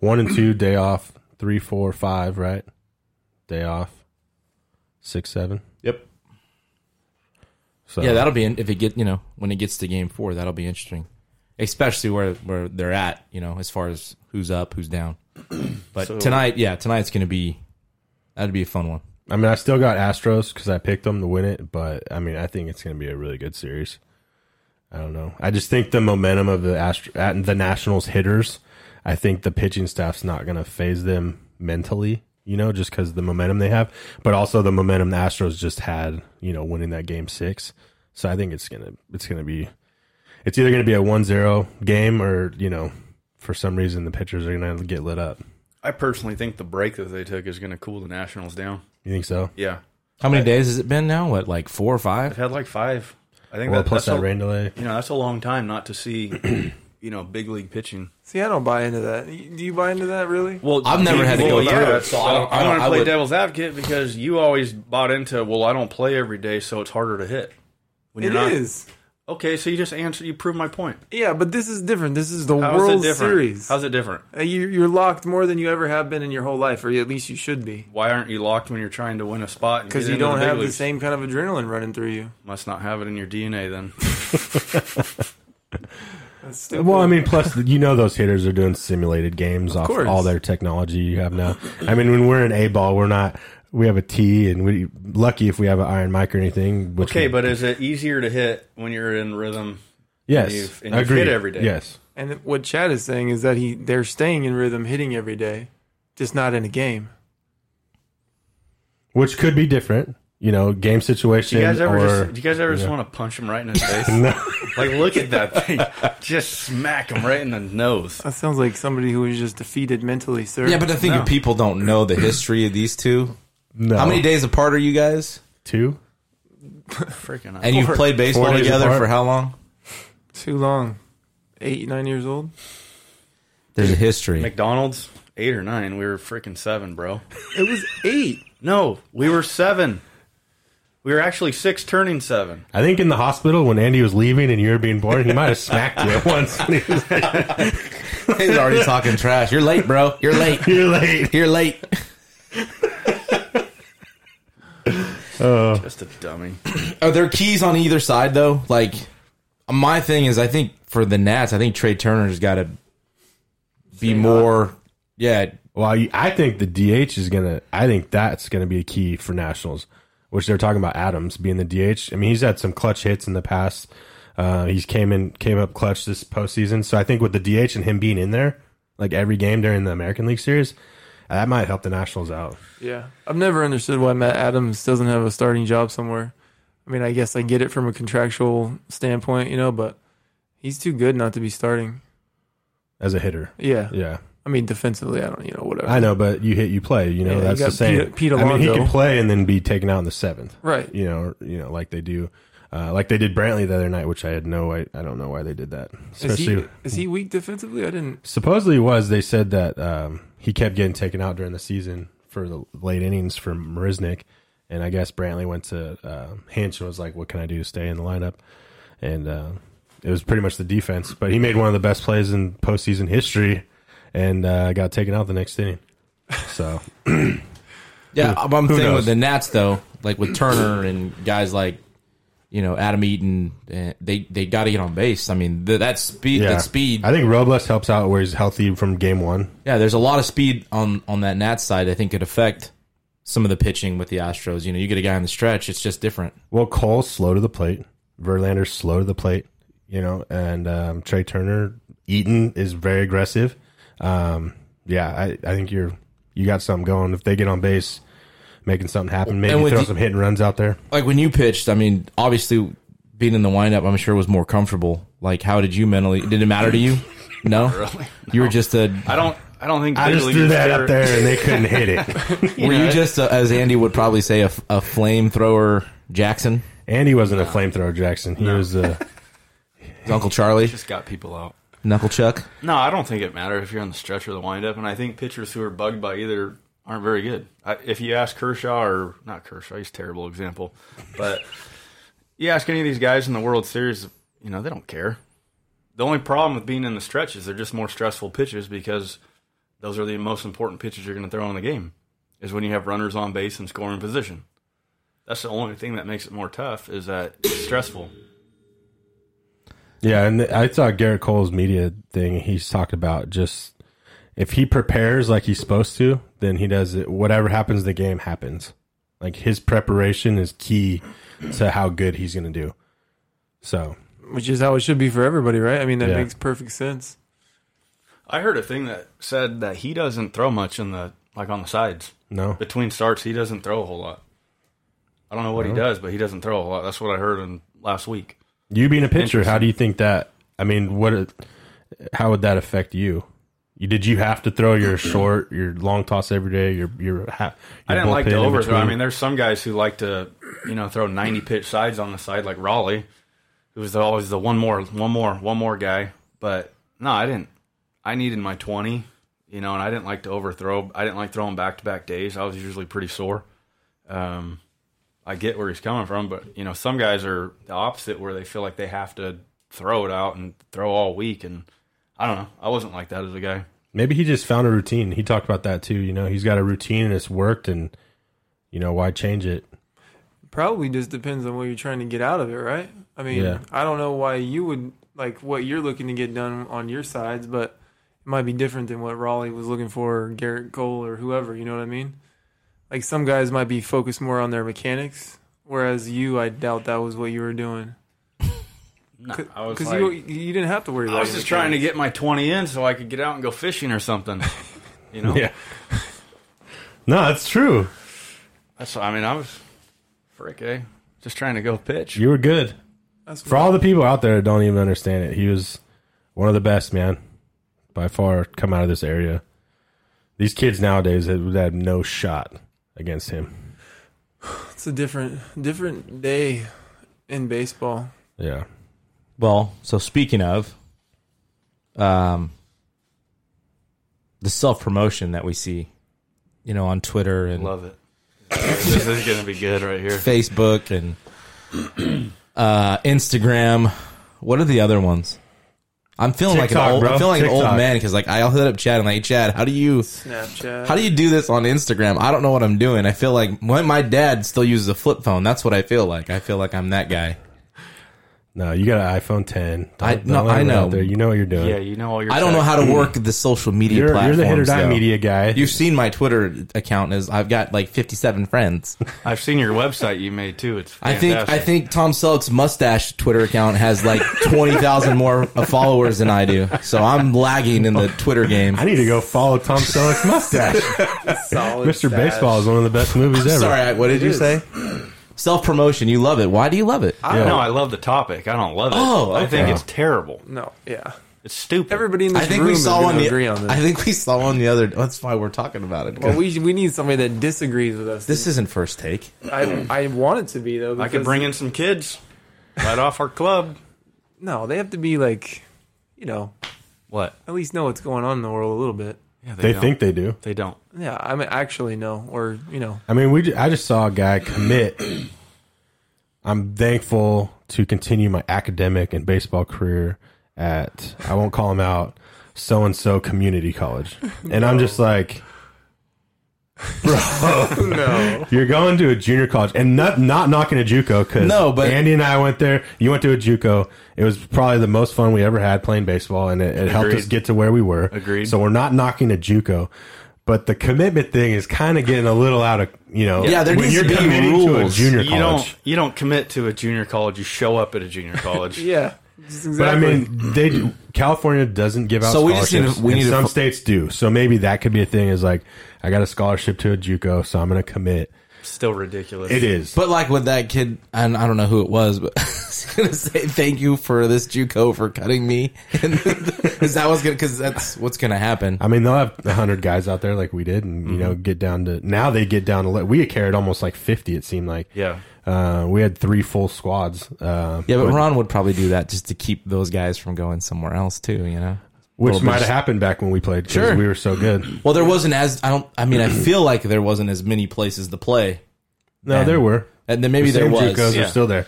[SPEAKER 2] one and two day off, three, four, five, right? Day off, six, seven.
[SPEAKER 3] Yep.
[SPEAKER 2] So
[SPEAKER 3] Yeah, that'll be in, if it get you know when it gets to Game Four, that'll be interesting, especially where where they're at. You know, as far as who's up, who's down. But tonight, yeah, tonight's gonna be that'd be a fun one.
[SPEAKER 2] I mean, I still got Astros because I picked them to win it, but I mean, I think it's going to be a really good series. I don't know. I just think the momentum of the Astro- at- the Nationals hitters. I think the pitching staff's not going to phase them mentally, you know, just because the momentum they have, but also the momentum the Astros just had, you know, winning that game six. So I think it's gonna it's gonna be it's either gonna be a 1-0 game or you know for some reason the pitchers are gonna get lit up.
[SPEAKER 5] I personally think the break that they took is going to cool the Nationals down.
[SPEAKER 2] You think so?
[SPEAKER 5] Yeah.
[SPEAKER 3] How many days has it been now? What, like four or
[SPEAKER 5] I've
[SPEAKER 3] five?
[SPEAKER 5] had like five. I think
[SPEAKER 2] Well,
[SPEAKER 5] that,
[SPEAKER 2] plus
[SPEAKER 5] that's
[SPEAKER 2] that
[SPEAKER 5] a,
[SPEAKER 2] rain delay.
[SPEAKER 5] You know, that's a long time not to see, you know, big league pitching.
[SPEAKER 4] See, I don't buy into that. Y- Do you buy into that really?
[SPEAKER 5] Well,
[SPEAKER 3] I've never had to go through it, so I don't- I don't-
[SPEAKER 5] want
[SPEAKER 3] I
[SPEAKER 5] to play
[SPEAKER 3] would-
[SPEAKER 5] devil's advocate because you always bought into, well, I don't play every day, so it's harder to hit. When
[SPEAKER 4] It is.
[SPEAKER 5] Okay, so you just answered. You proved my point.
[SPEAKER 4] Yeah, but this is different. This is the
[SPEAKER 5] How's
[SPEAKER 4] World
[SPEAKER 5] it different?
[SPEAKER 4] Series.
[SPEAKER 5] How's it different?
[SPEAKER 4] Uh, you, you're locked more than you ever have been in your whole life, or at least you should be,
[SPEAKER 5] Why aren't you locked when you're trying to win a spot? and
[SPEAKER 4] because
[SPEAKER 5] get
[SPEAKER 4] you
[SPEAKER 5] into
[SPEAKER 4] don't
[SPEAKER 5] the big
[SPEAKER 4] have the
[SPEAKER 5] leagues?
[SPEAKER 4] same kind of adrenaline running through you.
[SPEAKER 5] Must not have it in your DNA then.
[SPEAKER 4] That's stupid.
[SPEAKER 2] Well, I mean, plus you know those hitters are doing simulated games off
[SPEAKER 4] course.
[SPEAKER 2] all their technology you have now. I mean, when we're in A ball, we're not. We have a tee, and we lucky if we have an iron mic or anything. Which
[SPEAKER 5] Okay,
[SPEAKER 2] we-
[SPEAKER 5] but is it easier to hit when you're in rhythm?
[SPEAKER 2] yes,
[SPEAKER 5] you've- and
[SPEAKER 2] I
[SPEAKER 5] you've
[SPEAKER 2] agree.
[SPEAKER 5] hit every day.
[SPEAKER 2] Yes,
[SPEAKER 4] and what Chad is saying is that he they're staying in rhythm, hitting every day, just not in a game.
[SPEAKER 2] which could be different. You know, game
[SPEAKER 5] Do
[SPEAKER 2] situation.
[SPEAKER 5] you guys ever
[SPEAKER 2] or,
[SPEAKER 5] just, do you guys ever just want to punch him right in his face? Like, look at that thing. Just smack him right in the nose.
[SPEAKER 4] That sounds like somebody who was just defeated mentally, sir.
[SPEAKER 3] Yeah, but I think if people don't know the history of these two,
[SPEAKER 2] no.
[SPEAKER 3] how many days apart are you guys?
[SPEAKER 2] Two.
[SPEAKER 5] Freaking
[SPEAKER 3] And you've played baseball
[SPEAKER 2] Four days
[SPEAKER 3] together
[SPEAKER 2] apart.
[SPEAKER 3] for how long?
[SPEAKER 4] too long. Eight, nine years old.
[SPEAKER 3] There's a history.
[SPEAKER 5] McDonald's eight or nine. We were freaking seven, bro.
[SPEAKER 4] It was eight.
[SPEAKER 5] No, we were seven. We were actually six, turning seven.
[SPEAKER 2] I think in the hospital when Andy was leaving and you were being born, he might have smacked you once.
[SPEAKER 3] He's already talking trash. You're late, bro. You're late.
[SPEAKER 2] You're late.
[SPEAKER 3] You're late.
[SPEAKER 2] Oh.
[SPEAKER 5] Just a dummy.
[SPEAKER 3] Are there keys on either side though? Like my thing is, I think for the Nats, I think Trey Turner's got to be more. Yeah,
[SPEAKER 2] Well, I- I think the DH is gonna. I think that's gonna be a key for Nationals, which they're talking about Adams being the DH. I mean, he's had some clutch hits in the past. Uh, he's came in, came up clutch this postseason. So I think with the DH and him being in there, like every game during the American League Series, that might help the Nationals out.
[SPEAKER 4] Yeah. I've never understood why Matt Adams doesn't have a starting job somewhere. I mean, I guess I get it from a contractual standpoint, you know, but he's too good not to be starting.
[SPEAKER 2] as a hitter.
[SPEAKER 4] Yeah.
[SPEAKER 2] Yeah,
[SPEAKER 4] I mean, defensively, I don't, you know, whatever.
[SPEAKER 2] I know, but you hit, you play. You know,
[SPEAKER 4] Yeah, you
[SPEAKER 2] that's
[SPEAKER 4] got
[SPEAKER 2] the same.
[SPEAKER 4] Pete- Pete
[SPEAKER 2] I mean, he
[SPEAKER 4] Alonso.
[SPEAKER 2] can play and then be taken out in the seventh.
[SPEAKER 4] right.
[SPEAKER 2] You know, or, you know, like they do, uh, like they did Brantley the other night, which I had no, I, I don't know why they did that.
[SPEAKER 4] Is
[SPEAKER 2] Especially
[SPEAKER 4] he, is he weak defensively? I didn't.
[SPEAKER 2] supposedly it was they said that um, he kept getting taken out during the season for the late innings for Marisnik, and I guess Brantley went to uh, Hinch and was like, "What can I do to stay in the lineup?" And uh, it was pretty much the defense, but he made one of the best plays in postseason history, and uh, got taken out the next inning. So
[SPEAKER 3] yeah. I'm thinking
[SPEAKER 2] knows?
[SPEAKER 3] with the Nats though, like with Turner and guys like you know Adam Eaton, eh, they they got to get on base. I mean, th- that speed,
[SPEAKER 2] yeah,
[SPEAKER 3] that speed.
[SPEAKER 2] I think Robles helps out where he's healthy from game one.
[SPEAKER 3] Yeah, there's a lot of speed on on that Nats side. I think could affect some of the pitching with the Astros. You know, you get a guy on the stretch, it's just different.
[SPEAKER 2] Well, Cole's slow to the plate. Verlander's slow to the plate, you know, and um, Trey Turner, Eaton is very aggressive. Um, yeah, I, I think you're you got something going. If they get on base, making something happen, maybe
[SPEAKER 3] And with
[SPEAKER 2] throw
[SPEAKER 3] the-
[SPEAKER 2] some hit and runs out there.
[SPEAKER 3] like when you pitched, I mean, obviously being in the windup, I'm sure was more comfortable. Like, how did you mentally? Did it matter to you? No, you were just a.
[SPEAKER 5] I don't. I don't think.
[SPEAKER 2] I just
[SPEAKER 5] legally
[SPEAKER 2] threw
[SPEAKER 5] you're
[SPEAKER 2] that
[SPEAKER 5] fair-
[SPEAKER 2] up there, and they couldn't hit it.
[SPEAKER 3] Were you just a, as Andy would probably say a, a flamethrower Jackson,
[SPEAKER 2] And he wasn't a flamethrower, Jackson. He was a
[SPEAKER 3] His Uncle Charlie,
[SPEAKER 5] Just got people out.
[SPEAKER 3] Knuckle Chuck.
[SPEAKER 5] No, I don't think it matters if you're on the stretch or the windup, and I think pitchers who are bugged by either aren't very good. I, if you ask Kershaw or not Kershaw, he's a terrible example, but you ask any of these guys in the World Series, you know they don't care. The only problem with being in the stretch is they're just more stressful pitches because those are the most important pitches you're going to throw in the game. Is when you have runners on base and scoring position. That's the only thing that makes it more tough is that it's stressful.
[SPEAKER 2] yeah. And I saw Garrett Cole's media thing. He's talked about just if he prepares like he's supposed to, then he does it. Whatever happens, the game happens. Like his preparation is key to how good he's going to do. So
[SPEAKER 4] Which is how it should be for everybody, right? I mean, that
[SPEAKER 2] Yeah.
[SPEAKER 4] makes perfect sense.
[SPEAKER 5] I heard a thing that said that he doesn't throw much in the like on the sides.
[SPEAKER 2] no,
[SPEAKER 5] between starts, he doesn't throw a whole lot. I don't know what he does, but he doesn't throw a whole lot. That's what I heard in last week.
[SPEAKER 2] you being a pitcher, how do you think that? I mean, what? it- How would that affect you? You did you have to throw your short, your long toss every day? Your your, ha,
[SPEAKER 5] I
[SPEAKER 2] your
[SPEAKER 5] didn't like to
[SPEAKER 2] bullpen in
[SPEAKER 5] overthrow. I
[SPEAKER 2] between?
[SPEAKER 5] mean, there's some guys who like to, you know, throw 90 pitch sides on the side, like Raleigh, who was always the one more, one more, one more guy. But no, I didn't. I needed my 20, you know, and I didn't like to overthrow. I didn't like throwing back to back days. I was usually pretty sore. Um, I get where he's coming from, but you know, some guys are the opposite, where they feel like they have to throw it out and throw all week. And I don't know. I wasn't like that as a guy.
[SPEAKER 2] Maybe he just found a routine. He talked about that too. You know, he's got a routine and it's worked, and you know why change it?
[SPEAKER 4] Probably just depends on what you're trying to get out of it, right? I mean,
[SPEAKER 2] Yeah.
[SPEAKER 4] I don't know why you would like what you're looking to get done on your sides, but it might be different than what Raleigh was looking for, or Garrett Cole, or whoever. You know what I mean? Like some guys might be focused more on their mechanics, whereas you, I doubt that was what you were doing
[SPEAKER 5] No, I was
[SPEAKER 4] because
[SPEAKER 5] like,
[SPEAKER 4] you you didn't have to worry. about
[SPEAKER 5] I was
[SPEAKER 4] your
[SPEAKER 5] just trying to
[SPEAKER 4] mechanics.
[SPEAKER 5] get my 20 in so I could get out and go fishing or something. You know?
[SPEAKER 2] Yeah. no, that's true.
[SPEAKER 5] That's I mean, I was frick, eh? Just trying to go pitch.
[SPEAKER 2] You were good.
[SPEAKER 4] That's
[SPEAKER 2] For all the people out there that don't even understand it, he was one of the best, man. By far, come out of this area. These kids nowadays would have no shot against him.
[SPEAKER 4] It's a different different day in baseball.
[SPEAKER 2] Yeah.
[SPEAKER 3] Well, so speaking of, um, the self promotion that we see, you know, on Twitter and
[SPEAKER 5] Love it. this is going to be good right here.
[SPEAKER 3] Facebook and uh, Instagram. What are the other ones? I'm feeling like
[SPEAKER 2] TikTok,
[SPEAKER 3] an old,
[SPEAKER 2] bro.
[SPEAKER 3] I'm feeling like an
[SPEAKER 2] TikTok.
[SPEAKER 3] old man because like I'll hit up Chad and like Chad, how do you
[SPEAKER 4] Snapchat.
[SPEAKER 3] how do you do this on Instagram? I don't know what I'm doing. I feel like my, my dad still uses a flip phone. That's what I feel like. I feel like I'm that guy.
[SPEAKER 2] No, you got an iPhone 10.
[SPEAKER 3] I-
[SPEAKER 2] Don't-
[SPEAKER 3] no,
[SPEAKER 2] don't let
[SPEAKER 3] I
[SPEAKER 2] it
[SPEAKER 3] know.
[SPEAKER 2] out There. You know what you're doing.
[SPEAKER 5] Yeah, you know all your.
[SPEAKER 3] I don't know
[SPEAKER 5] tech.
[SPEAKER 3] how to work the social media
[SPEAKER 2] you're, you're
[SPEAKER 3] platforms.
[SPEAKER 2] the hit or die
[SPEAKER 3] though.
[SPEAKER 2] media guy.
[SPEAKER 3] You've seen my Twitter account is I've got like 57 friends.
[SPEAKER 5] I've seen your website you made too. It's
[SPEAKER 3] I think I
[SPEAKER 5] fantastic.
[SPEAKER 3] think Tom Selleck's mustache Twitter account has like 20,000 more uh, followers than I do. So I'm lagging in the Twitter game.
[SPEAKER 2] I need to go follow Tom Selleck's mustache.
[SPEAKER 4] Solid
[SPEAKER 2] Mr.
[SPEAKER 4] stash.
[SPEAKER 2] Baseball is one of the best movies ever.
[SPEAKER 3] Sorry, I- what did you say? Self promotion. You love it. Why do you love it?
[SPEAKER 5] I don't know. I love the topic. I don't love it.
[SPEAKER 3] Oh,
[SPEAKER 5] I think
[SPEAKER 3] okay.
[SPEAKER 5] it's terrible.
[SPEAKER 4] No, yeah.
[SPEAKER 5] It's stupid.
[SPEAKER 4] Everybody in this
[SPEAKER 3] I think
[SPEAKER 4] room
[SPEAKER 3] we saw
[SPEAKER 4] is
[SPEAKER 3] one
[SPEAKER 4] going to
[SPEAKER 3] the,
[SPEAKER 4] agree on this.
[SPEAKER 3] I think we saw one the other. That's why we're talking about it.
[SPEAKER 4] well, we we need somebody that disagrees with us.
[SPEAKER 3] this isn't first take.
[SPEAKER 4] I I want it to be though.
[SPEAKER 5] I could
[SPEAKER 4] because-
[SPEAKER 5] bring in some kids right off our club.
[SPEAKER 4] No, they have to be like, you know,
[SPEAKER 5] What?
[SPEAKER 4] at least know what's going on in the world a little bit.
[SPEAKER 5] Yeah,
[SPEAKER 2] They
[SPEAKER 5] don't.
[SPEAKER 2] think they do.
[SPEAKER 5] they don't.
[SPEAKER 4] Yeah, I mean, actually know, or you know,
[SPEAKER 2] I mean, we. ju- I just saw a guy commit. I'm thankful to continue my academic and baseball career at. I won't call him out. So and so community college, and I'm just like, bro, no. You're going to a junior college, and not not knocking a JUCO because
[SPEAKER 3] No, but-
[SPEAKER 2] Andy and I went there. You went to a JUCO. It was probably the most fun we ever had playing baseball, and it, it helped us
[SPEAKER 5] Agreed.
[SPEAKER 2] get to where we were.
[SPEAKER 5] Agreed.
[SPEAKER 2] So we're not knocking a JUCO, but the commitment thing is kind of getting a little out of you know.
[SPEAKER 3] Yeah, there
[SPEAKER 2] when
[SPEAKER 3] needs
[SPEAKER 2] you're
[SPEAKER 3] to be
[SPEAKER 2] committing to a
[SPEAKER 3] rules.
[SPEAKER 2] junior
[SPEAKER 5] you
[SPEAKER 2] college.
[SPEAKER 5] don't. You don't commit to a junior college. You show up at a junior college.
[SPEAKER 4] yeah, just exactly.
[SPEAKER 2] But I mean, they do, California doesn't give out.
[SPEAKER 3] So we just need to-
[SPEAKER 2] scholarships,
[SPEAKER 3] we
[SPEAKER 2] and
[SPEAKER 3] need to
[SPEAKER 2] some
[SPEAKER 3] fo-
[SPEAKER 2] states do. So maybe that could be a thing. Is like I got a scholarship to a JUCO, so I'm going to commit.
[SPEAKER 5] Still ridiculous.
[SPEAKER 2] It is.
[SPEAKER 3] But like with that kid, and I don't know who it was, but I was gonna say thank you for this JUCO for cutting me, because that was gonna because that's what's gonna happen.
[SPEAKER 2] I mean, they'll have hundred guys out there like we did, and you know,
[SPEAKER 3] Mm-hmm.
[SPEAKER 2] get down to now they get down to le- we carried almost like fifty. It seemed like
[SPEAKER 5] Yeah.
[SPEAKER 2] uh, we had three full squads. Uh,
[SPEAKER 3] Yeah, but Ron would probably do that just to keep those guys from going somewhere else too. You know.
[SPEAKER 2] which
[SPEAKER 3] Well,
[SPEAKER 2] might have
[SPEAKER 3] there's-
[SPEAKER 2] happened back when we played because
[SPEAKER 3] Sure.
[SPEAKER 2] we were so good.
[SPEAKER 3] Well, there wasn't as I don't. I mean, I feel like there wasn't as many places to play,
[SPEAKER 2] No,
[SPEAKER 3] And-
[SPEAKER 2] there were.
[SPEAKER 3] and then maybe
[SPEAKER 2] The
[SPEAKER 3] there
[SPEAKER 2] same
[SPEAKER 3] was.
[SPEAKER 2] JUCOs
[SPEAKER 5] yeah.
[SPEAKER 2] are still there.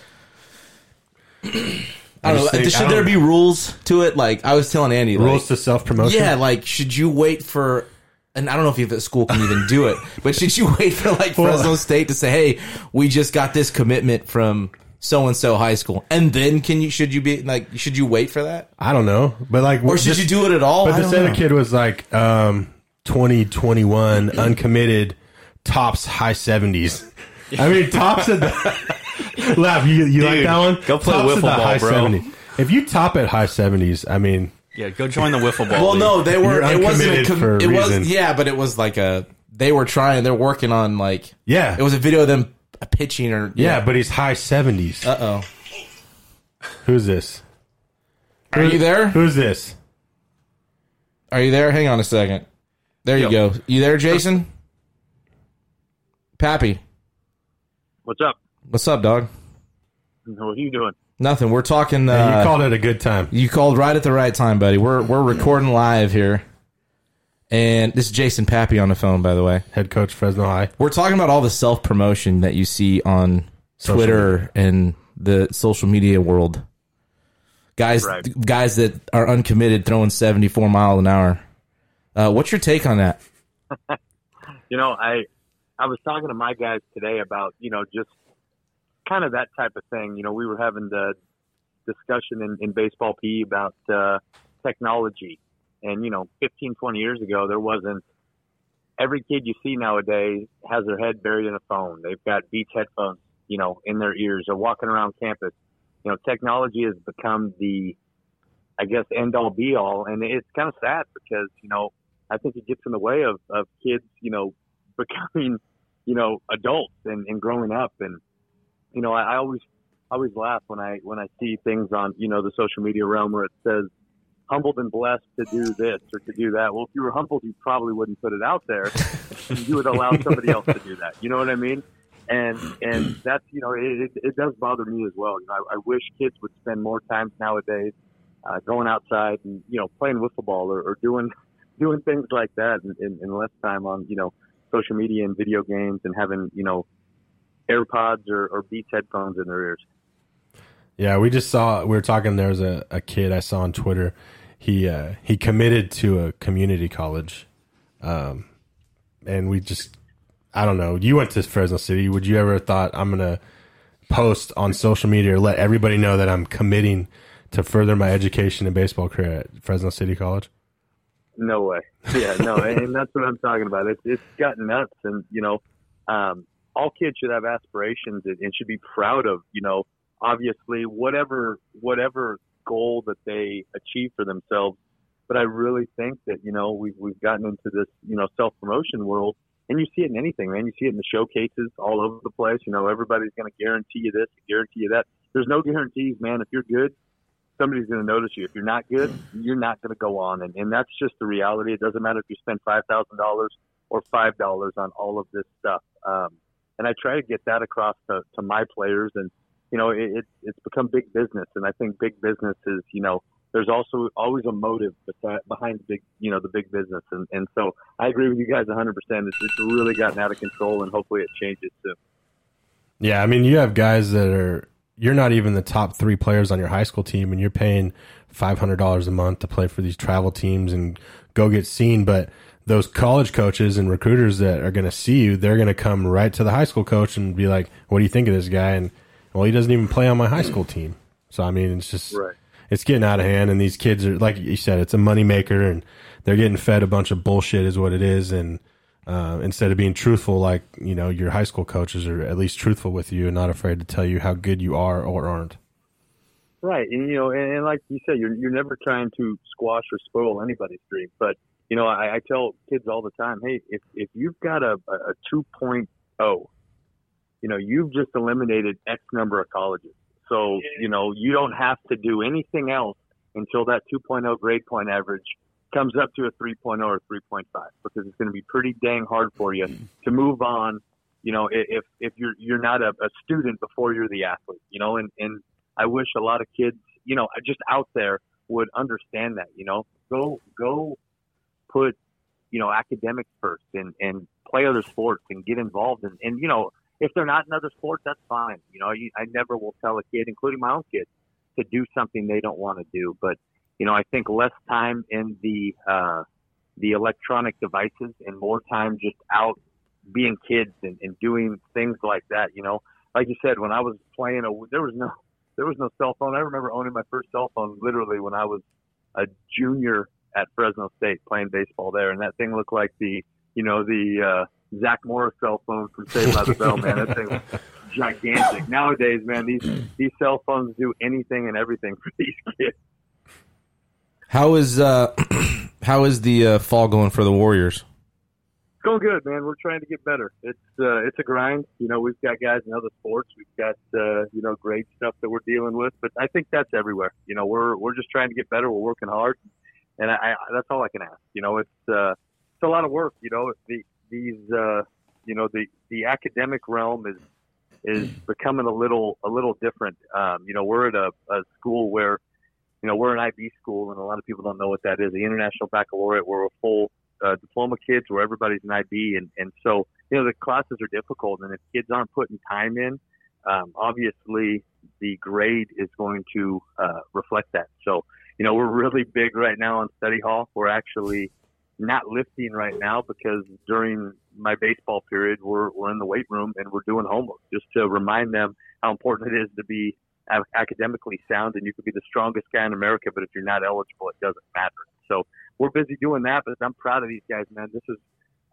[SPEAKER 3] I don't know.
[SPEAKER 2] just think-
[SPEAKER 3] should
[SPEAKER 2] I
[SPEAKER 3] there
[SPEAKER 2] don't-
[SPEAKER 3] be rules to it? Like I was telling Andy, like,
[SPEAKER 2] Rules to self promotion.
[SPEAKER 3] yeah, like should you wait for? And I don't know if you- if a school can even do it, but should you wait for like
[SPEAKER 2] Well-
[SPEAKER 3] Fresno State to say, "Hey, we just got this commitment from so and so high school," and then can you? Should you be like? Should you wait for that,
[SPEAKER 2] I don't know, but like,
[SPEAKER 3] or should you do it at all?
[SPEAKER 2] But
[SPEAKER 3] I
[SPEAKER 2] this
[SPEAKER 3] don't
[SPEAKER 2] other
[SPEAKER 3] know.
[SPEAKER 2] kid was like, um, twenty twenty one uncommitted, tops high seventies. I mean, tops at the laugh. You, you like
[SPEAKER 5] Dude,
[SPEAKER 2] that one?
[SPEAKER 5] go play
[SPEAKER 2] tops
[SPEAKER 5] wiffle ball, bro.
[SPEAKER 2] If you top at high seventies, I mean,
[SPEAKER 5] Yeah. Go join the wiffle ball.
[SPEAKER 3] Well,
[SPEAKER 5] league.
[SPEAKER 3] no, they were.
[SPEAKER 2] You're
[SPEAKER 3] It wasn't. A
[SPEAKER 2] uncommitted
[SPEAKER 3] com-
[SPEAKER 2] for a
[SPEAKER 3] it
[SPEAKER 2] reason.
[SPEAKER 3] was. Yeah, but it was like a. They were trying. They're working on like.
[SPEAKER 2] yeah,
[SPEAKER 3] It was a video of them pitching or.
[SPEAKER 2] yeah, but he's high seventies.
[SPEAKER 3] Uh oh.
[SPEAKER 2] Who's this?
[SPEAKER 3] Are you there?
[SPEAKER 2] Who's this?
[SPEAKER 3] Are you there? Hang on a second. There you go. You there, Jason? Pappy,
[SPEAKER 7] What's up?
[SPEAKER 3] what's up, dog?
[SPEAKER 7] What are you doing?
[SPEAKER 3] Nothing. We're talking. Uh,
[SPEAKER 2] you called it a good time.
[SPEAKER 3] You called right at the right time, buddy. We're we're recording live here, and this is Jason Pappy on the phone, by the way.
[SPEAKER 2] Head coach Fresno High.
[SPEAKER 3] We're talking about all the self promotion that you see on
[SPEAKER 2] Social
[SPEAKER 3] Twitter and the social media world. Guys,
[SPEAKER 7] Right.
[SPEAKER 3] guys that are uncommitted throwing seventy four mile an hour. Uh, what's your take on that?
[SPEAKER 7] You know, I I was talking to my guys today about you know just kind of that type of thing. You know, we were having the
[SPEAKER 5] discussion in, in baseball PE about uh, technology. And, you know, 15, 20 years ago, there wasn't. Every kid you see nowadays has their head buried in a phone. They've got Beats headphones, you know, in their ears. They're walking around campus. You know, technology has become the, I guess, end all be all. And it's kind of sad because, you know, I think it gets in the way of, of kids, you know, becoming, you know, adults and, and growing up. And, you know, I, I always, I always laugh when I, when I see things on, you know, the social media realm where it says humbled and blessed to do this or to do that. Well, if you were humbled, you probably wouldn't put it out there. you would allow somebody else to do that. You know what I mean? And, and that's, you know, it, it, it does bother me as well. You know, I, I wish kids would spend more time nowadays, uh, going outside and, you know, playing wiffle ball or, or doing, doing things like that and, and, and less time on you know social media and video games and having you know AirPods or, or Beats headphones in their ears.
[SPEAKER 2] Yeah, we just saw we were talking. There was a, a kid I saw on Twitter. He uh, he committed to a community college, um, and we just I don't know. You went to Fresno City. Would you ever have thought I'm gonna post on social media or let everybody know that I'm committing to further my education and baseball career at Fresno City College?
[SPEAKER 5] No way. Yeah, no, and and that's what I'm talking about. It's it's gotten nuts, and you know, um, all kids should have aspirations and, and should be proud of you know, obviously whatever whatever goal that they achieve for themselves. But I really think that you know we've we've gotten into this you know self promotion world, and you see it in anything, man. You see it in the showcases all over the place. You know, everybody's going to guarantee you this, guarantee you that. There's no guarantees, man. If you're good, somebody's going to notice you. If you're not good, you're not going to go on. And, and that's just the reality. It doesn't matter if you spend $5,000 or $5 on all of this stuff. Um, and I try to get that across to, to my players. And, you know, it, it's it's become big business. And I think big business is, you know, there's also always a motive besi- behind the big, you know, the big business. And, and so I agree with you guys 100%. It's, it's really gotten out of control and hopefully it changes soon.
[SPEAKER 2] Yeah, I mean, you have guys that are you're not even the top three players on your high school team, and you're paying five hundred dollars a month to play for these travel teams and go get seen. But those college coaches and recruiters that are going to see you, they're going to come right to the high school coach and be like, "What do you think of this guy?" And well, he doesn't even play on my high school team. So I mean, it's just
[SPEAKER 5] Right.
[SPEAKER 2] it's getting out of hand, and these kids are like you said, it's a moneymaker, and they're getting fed a bunch of bullshit, is what it is, and. Uh, instead of being truthful, like you know, your high school coaches are at least truthful with you and not afraid to tell you how good you are or aren't.
[SPEAKER 5] Right, and you know, and, and like you said, you're you're never trying to squash or spoil anybody's dream. But you know, I, I tell kids all the time, hey, if if you've got a a a 2.0, you know, you've just eliminated X number of colleges. So you know, you don't have to do anything else until that 2.0 grade point average comes up to a 3.0 or 3.5 because it's going to be pretty dang hard for you to move on. You know, i- if if you're you're not a, a student before you're the athlete, you know, and and I wish a lot of kids, you know, just out there would understand that, you know, go, go put, you know, academics first and, and play other sports and get involved. And, and, you know, if they're not in other sports, that's fine. You know, you, I never will tell a kid, including my own kid, to do something they don't want to do. But, you know, I think less time in the, uh, the electronic devices and more time just out being kids and, and doing things like that. You know, like you said, when I was playing, a, there was no, there was no cell phone. I remember owning my first cell phone literally when I was a junior at Fresno State playing baseball there, and that thing looked like the you know the uh, Zach Morris cell phone from Saved by the Bell. Man, that thing was gigantic. Nowadays, man, these these cell phones do anything and everything for these kids.
[SPEAKER 3] How is uh, how is the uh, fall going for the Warriors?
[SPEAKER 5] It's going good, man. We're trying to get better. It's uh, it's a grind. You know, we've got guys in other sports. We've got uh, you know great stuff that we're dealing with, but I think that's everywhere. You know, we're we're just trying to get better. We're working hard, and I, I that's all I can ask. You know, it's uh, it's a lot of work. You know, the these uh, you know the the academic realm is is becoming a little a little different. Um, you know, we're at a, a school where you know we're an IB school, and a lot of people don't know what that is. The International Baccalaureate. We're a full uh, diploma kids where everybody's an IB, and and so you know the classes are difficult, and if kids aren't putting time in, um, obviously the grade is going to uh, reflect that. So you know we're really big right now on study hall. We're actually not lifting right now because during my baseball period we're we're in the weight room and we're doing homework just to remind them how important it is to be
[SPEAKER 7] a- academically sound and you could be the strongest guy in America, but if you're not eligible, it doesn't matter. So we're busy doing that, but I'm proud of these guys, man. This is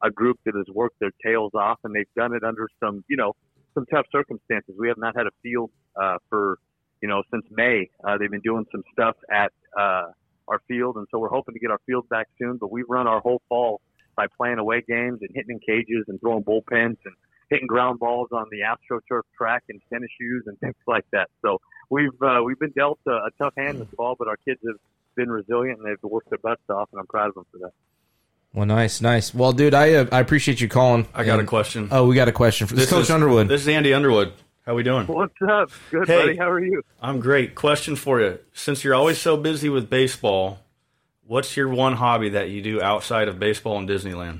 [SPEAKER 7] a group that has worked their tails off and they've done it under some, you know, some tough circumstances. We have not had a field uh, for, you know, since May. Uh, they've been doing some stuff at uh, our field, and so we're hoping to get our field back soon. But we've run our whole fall by playing away games and hitting in cages and throwing bullpens and hitting ground balls on the AstroTurf track and tennis shoes and things like that. So we've uh, we've been dealt a, a tough hand this fall, but our kids have been resilient and they've worked their butts off, and I'm proud of them for that.
[SPEAKER 3] Well, nice, nice. Well, dude, I uh, I appreciate you calling.
[SPEAKER 5] I got
[SPEAKER 3] And-
[SPEAKER 5] a question.
[SPEAKER 3] Oh, we got a question for this Coach
[SPEAKER 5] is,
[SPEAKER 3] Underwood.
[SPEAKER 5] This is Andy Underwood. How we doing?
[SPEAKER 7] What's up? Good,
[SPEAKER 5] Hey.
[SPEAKER 7] buddy. How are you?
[SPEAKER 5] I'm great. Question for you: Since you're always so busy with baseball, what's your one hobby that you do outside of baseball and Disneyland?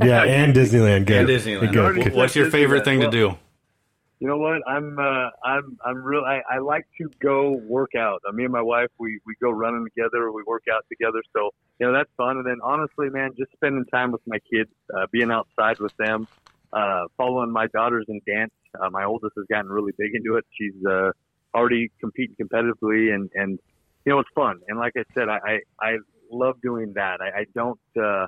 [SPEAKER 2] Yeah, and Disneyland. Good.
[SPEAKER 5] And Disneyland.
[SPEAKER 2] Good.
[SPEAKER 5] Wh- What's your favorite thing to do?
[SPEAKER 7] You know what? I'm uh, I'm I'm real. I, I like to go work out. Uh, me and my wife, we we go running together. We work out together. So you know that's fun. And then honestly, man, just spending time with my kids, uh, being outside with them, uh, following my daughters in dance. Uh, my oldest has gotten really big into it. She's uh, already competing competitively, and and you know it's fun. And like I said, I I, I love doing that. I, I don't. Uh,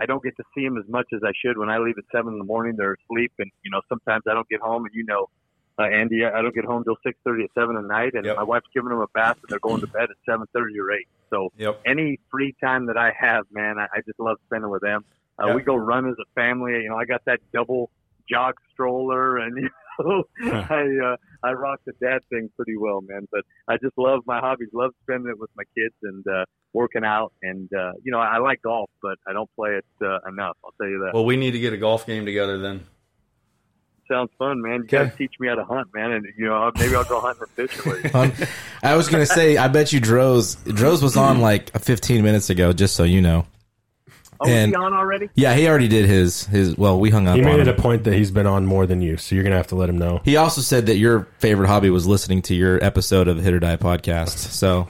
[SPEAKER 7] I don't get to see them as much as I should. When I leave at seven in the morning, they're asleep, and you know sometimes I don't get home. And you know, uh, Andy, I I don't get home till six thirty at seven at night, and
[SPEAKER 5] Yep.
[SPEAKER 7] my wife's giving them a bath, and they're going to bed at seven thirty or eight. So
[SPEAKER 5] Yep.
[SPEAKER 7] any free time that I have, man, I, I just love spending with them. Uh,
[SPEAKER 5] Yeah.
[SPEAKER 7] We go run as a family. You know, I got that double jog stroller, and you know, I uh, I rock the dad thing pretty well, man. But I just love my hobbies. Love spending it with my kids and uh, working out. And uh, you know, I like golf, but I don't play it uh, enough. I'll tell you that.
[SPEAKER 5] Well, we need to get a golf game together then.
[SPEAKER 7] Sounds fun, man. You
[SPEAKER 5] Okay.
[SPEAKER 7] gotta teach me how to hunt, man. And you know, maybe I'll go hunting with fish for you.
[SPEAKER 3] Um, I was gonna say, I bet you Droz Droz was on like 15 minutes ago, just so you know.
[SPEAKER 7] Oh, is
[SPEAKER 3] And-
[SPEAKER 7] he on already?
[SPEAKER 3] Yeah, he already did his his. Well, we hung up.
[SPEAKER 2] He
[SPEAKER 3] on
[SPEAKER 2] made it
[SPEAKER 3] him.
[SPEAKER 2] a point that he's been on more than you, so you're gonna have to let him know.
[SPEAKER 3] He also said that your favorite hobby was listening to your episode of the Hit or Die podcast. So,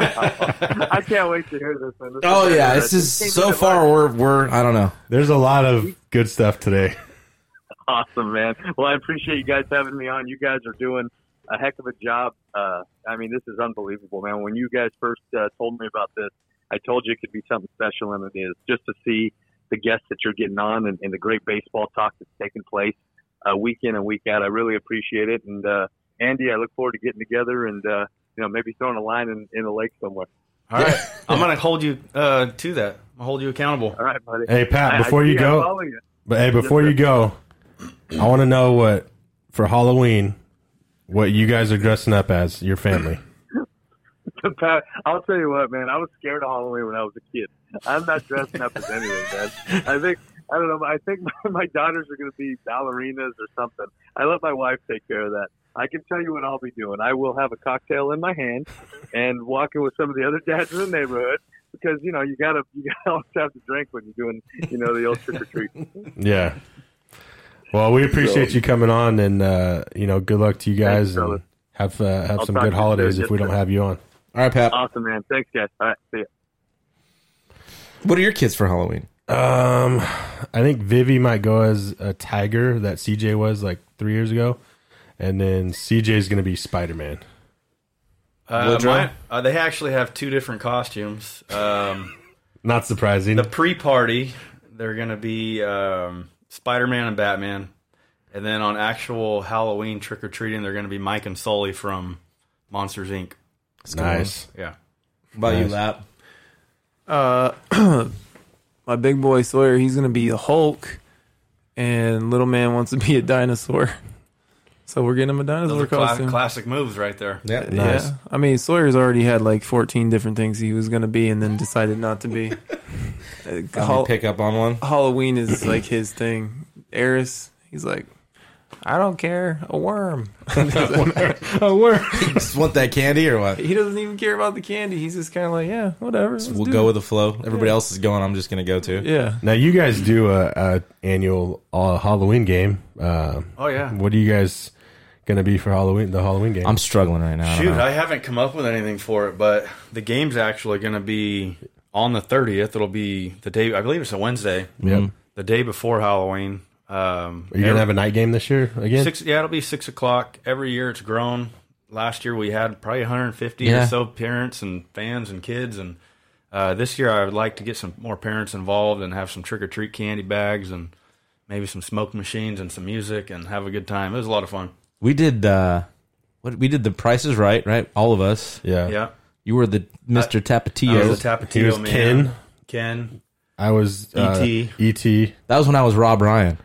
[SPEAKER 7] I can't wait to hear this. Man. This
[SPEAKER 3] oh
[SPEAKER 7] is-
[SPEAKER 3] yeah, this is
[SPEAKER 7] came
[SPEAKER 3] so
[SPEAKER 7] into my-
[SPEAKER 3] far we're we're I don't know.
[SPEAKER 2] There's a lot of good stuff today.
[SPEAKER 7] Awesome, man. Well, I appreciate you guys having me on. You guys are doing a heck of a job. Uh, I mean, this is unbelievable, man. When you guys first uh, told me about this, I told you it could be something special, and it is. Just to see the guests that you're getting on and, and the great baseball talk that's taking place uh, week in and week out, I really appreciate it. And uh, Andy, I look forward to getting together and uh, you know maybe throwing a line in, in the lake somewhere.
[SPEAKER 5] All right. I'm gonna hold you uh, to that. I'll hold you accountable.
[SPEAKER 7] All right, buddy.
[SPEAKER 2] Hey
[SPEAKER 7] I- I
[SPEAKER 2] Pat, before you
[SPEAKER 7] see I
[SPEAKER 2] go,
[SPEAKER 7] follow you.
[SPEAKER 2] But hey, before you go, I want to know what for Halloween, what you guys are dressing up as your family.
[SPEAKER 7] Pat, I'll tell you what, man. I was scared of Halloween when I was a kid. I'm not dressing up as anything, man. I think I don't know. I think my, my daughters are going to be ballerinas or something. I let my wife take care of that. I can tell you what I'll be doing. I will have a cocktail in my hand and walking with some of the other dads in the neighborhood because you know you gotta you gotta always have to drink when you're doing you know the old trick or treat.
[SPEAKER 2] Yeah. Well, we appreciate you coming on, and uh, you know, good luck to you guys,
[SPEAKER 7] Thanks,
[SPEAKER 2] and
[SPEAKER 7] brother.
[SPEAKER 2] have uh, have
[SPEAKER 7] I'll
[SPEAKER 2] some
[SPEAKER 7] talk
[SPEAKER 2] good
[SPEAKER 7] to you
[SPEAKER 2] holidays
[SPEAKER 7] soon,
[SPEAKER 2] if we
[SPEAKER 7] yes,
[SPEAKER 2] don't
[SPEAKER 7] sir.
[SPEAKER 2] have you on.
[SPEAKER 3] All right, Pat.
[SPEAKER 7] Awesome, man. Thanks, guys. All right, see ya.
[SPEAKER 3] What are your kids for Halloween?
[SPEAKER 2] Um, I think Vivi might go as a tiger that CJ was like three years ago, and then CJ is going to be Spider Man.
[SPEAKER 5] Uh,
[SPEAKER 3] Little Joe?
[SPEAKER 5] mine, uh, they actually have two different costumes. Um,
[SPEAKER 2] Not surprising.
[SPEAKER 5] the pre-party, they're gonna be um, Spider-Man and Batman, and then on actual Halloween trick or treating, they're gonna be Mike and Sully from Monsters Inc.
[SPEAKER 2] nice.
[SPEAKER 5] Yeah,
[SPEAKER 3] About you,
[SPEAKER 2] Nice.
[SPEAKER 3] Lap.
[SPEAKER 4] Uh, my big boy Sawyer, he's gonna be the Hulk, and little man wants to be a dinosaur. So we're getting him a
[SPEAKER 5] those
[SPEAKER 4] dinosaur
[SPEAKER 5] are cla-
[SPEAKER 4] costume.
[SPEAKER 5] classic moves right there.
[SPEAKER 3] Yeah.
[SPEAKER 2] Nice.
[SPEAKER 4] Yeah, I mean Sawyer's already had like 14 different things he was gonna be, and then decided not to be. Uh, Hall-
[SPEAKER 3] pick up on one.
[SPEAKER 4] Halloween is like his thing. Eris, he's like, I don't care, a worm.
[SPEAKER 2] Oh, we're
[SPEAKER 3] Just want that candy or what?
[SPEAKER 4] he doesn't even care about the candy. He's just kind of like, yeah, whatever. let's
[SPEAKER 3] We'll
[SPEAKER 4] do
[SPEAKER 3] go
[SPEAKER 4] it."
[SPEAKER 3] with the flow. Everybody else is going. I'm just gonna go too.
[SPEAKER 4] yeah.
[SPEAKER 2] Now you guys do a, a annual uh, Halloween game. Uh,
[SPEAKER 5] Oh yeah.
[SPEAKER 2] what are you guys gonna be for Halloween? The Halloween game.
[SPEAKER 3] I'm struggling right now. I don't
[SPEAKER 5] Shoot,
[SPEAKER 3] know.
[SPEAKER 5] I haven't come up with anything for it, but the game's actually going to be on the 30th. It'll be the day, I believe it's a Wednesday,
[SPEAKER 2] Yep.
[SPEAKER 5] the day before Halloween. Um,
[SPEAKER 2] Are you gonna have a night game this year again?
[SPEAKER 5] Six, yeah, it'll be six o'clock every year. It's grown. Last year we had probably 150
[SPEAKER 3] Yeah.
[SPEAKER 5] or so parents and fans and kids, and uh, this year I would like to get some more parents involved and have some trick or treat candy bags and maybe some smoke machines and some music and have a good time. It was a lot of fun.
[SPEAKER 3] We did uh what we did the prices right, right? All of us.
[SPEAKER 2] Yeah.
[SPEAKER 5] Yeah,
[SPEAKER 3] You were the Mr.
[SPEAKER 5] I
[SPEAKER 3] Tapatio.
[SPEAKER 5] was a Oh, Tapatio
[SPEAKER 2] He was
[SPEAKER 5] man.
[SPEAKER 2] Ken.
[SPEAKER 5] Ken.
[SPEAKER 2] I was uh,
[SPEAKER 5] E.T..
[SPEAKER 2] E.T.
[SPEAKER 3] that was when I was Rob Ryan,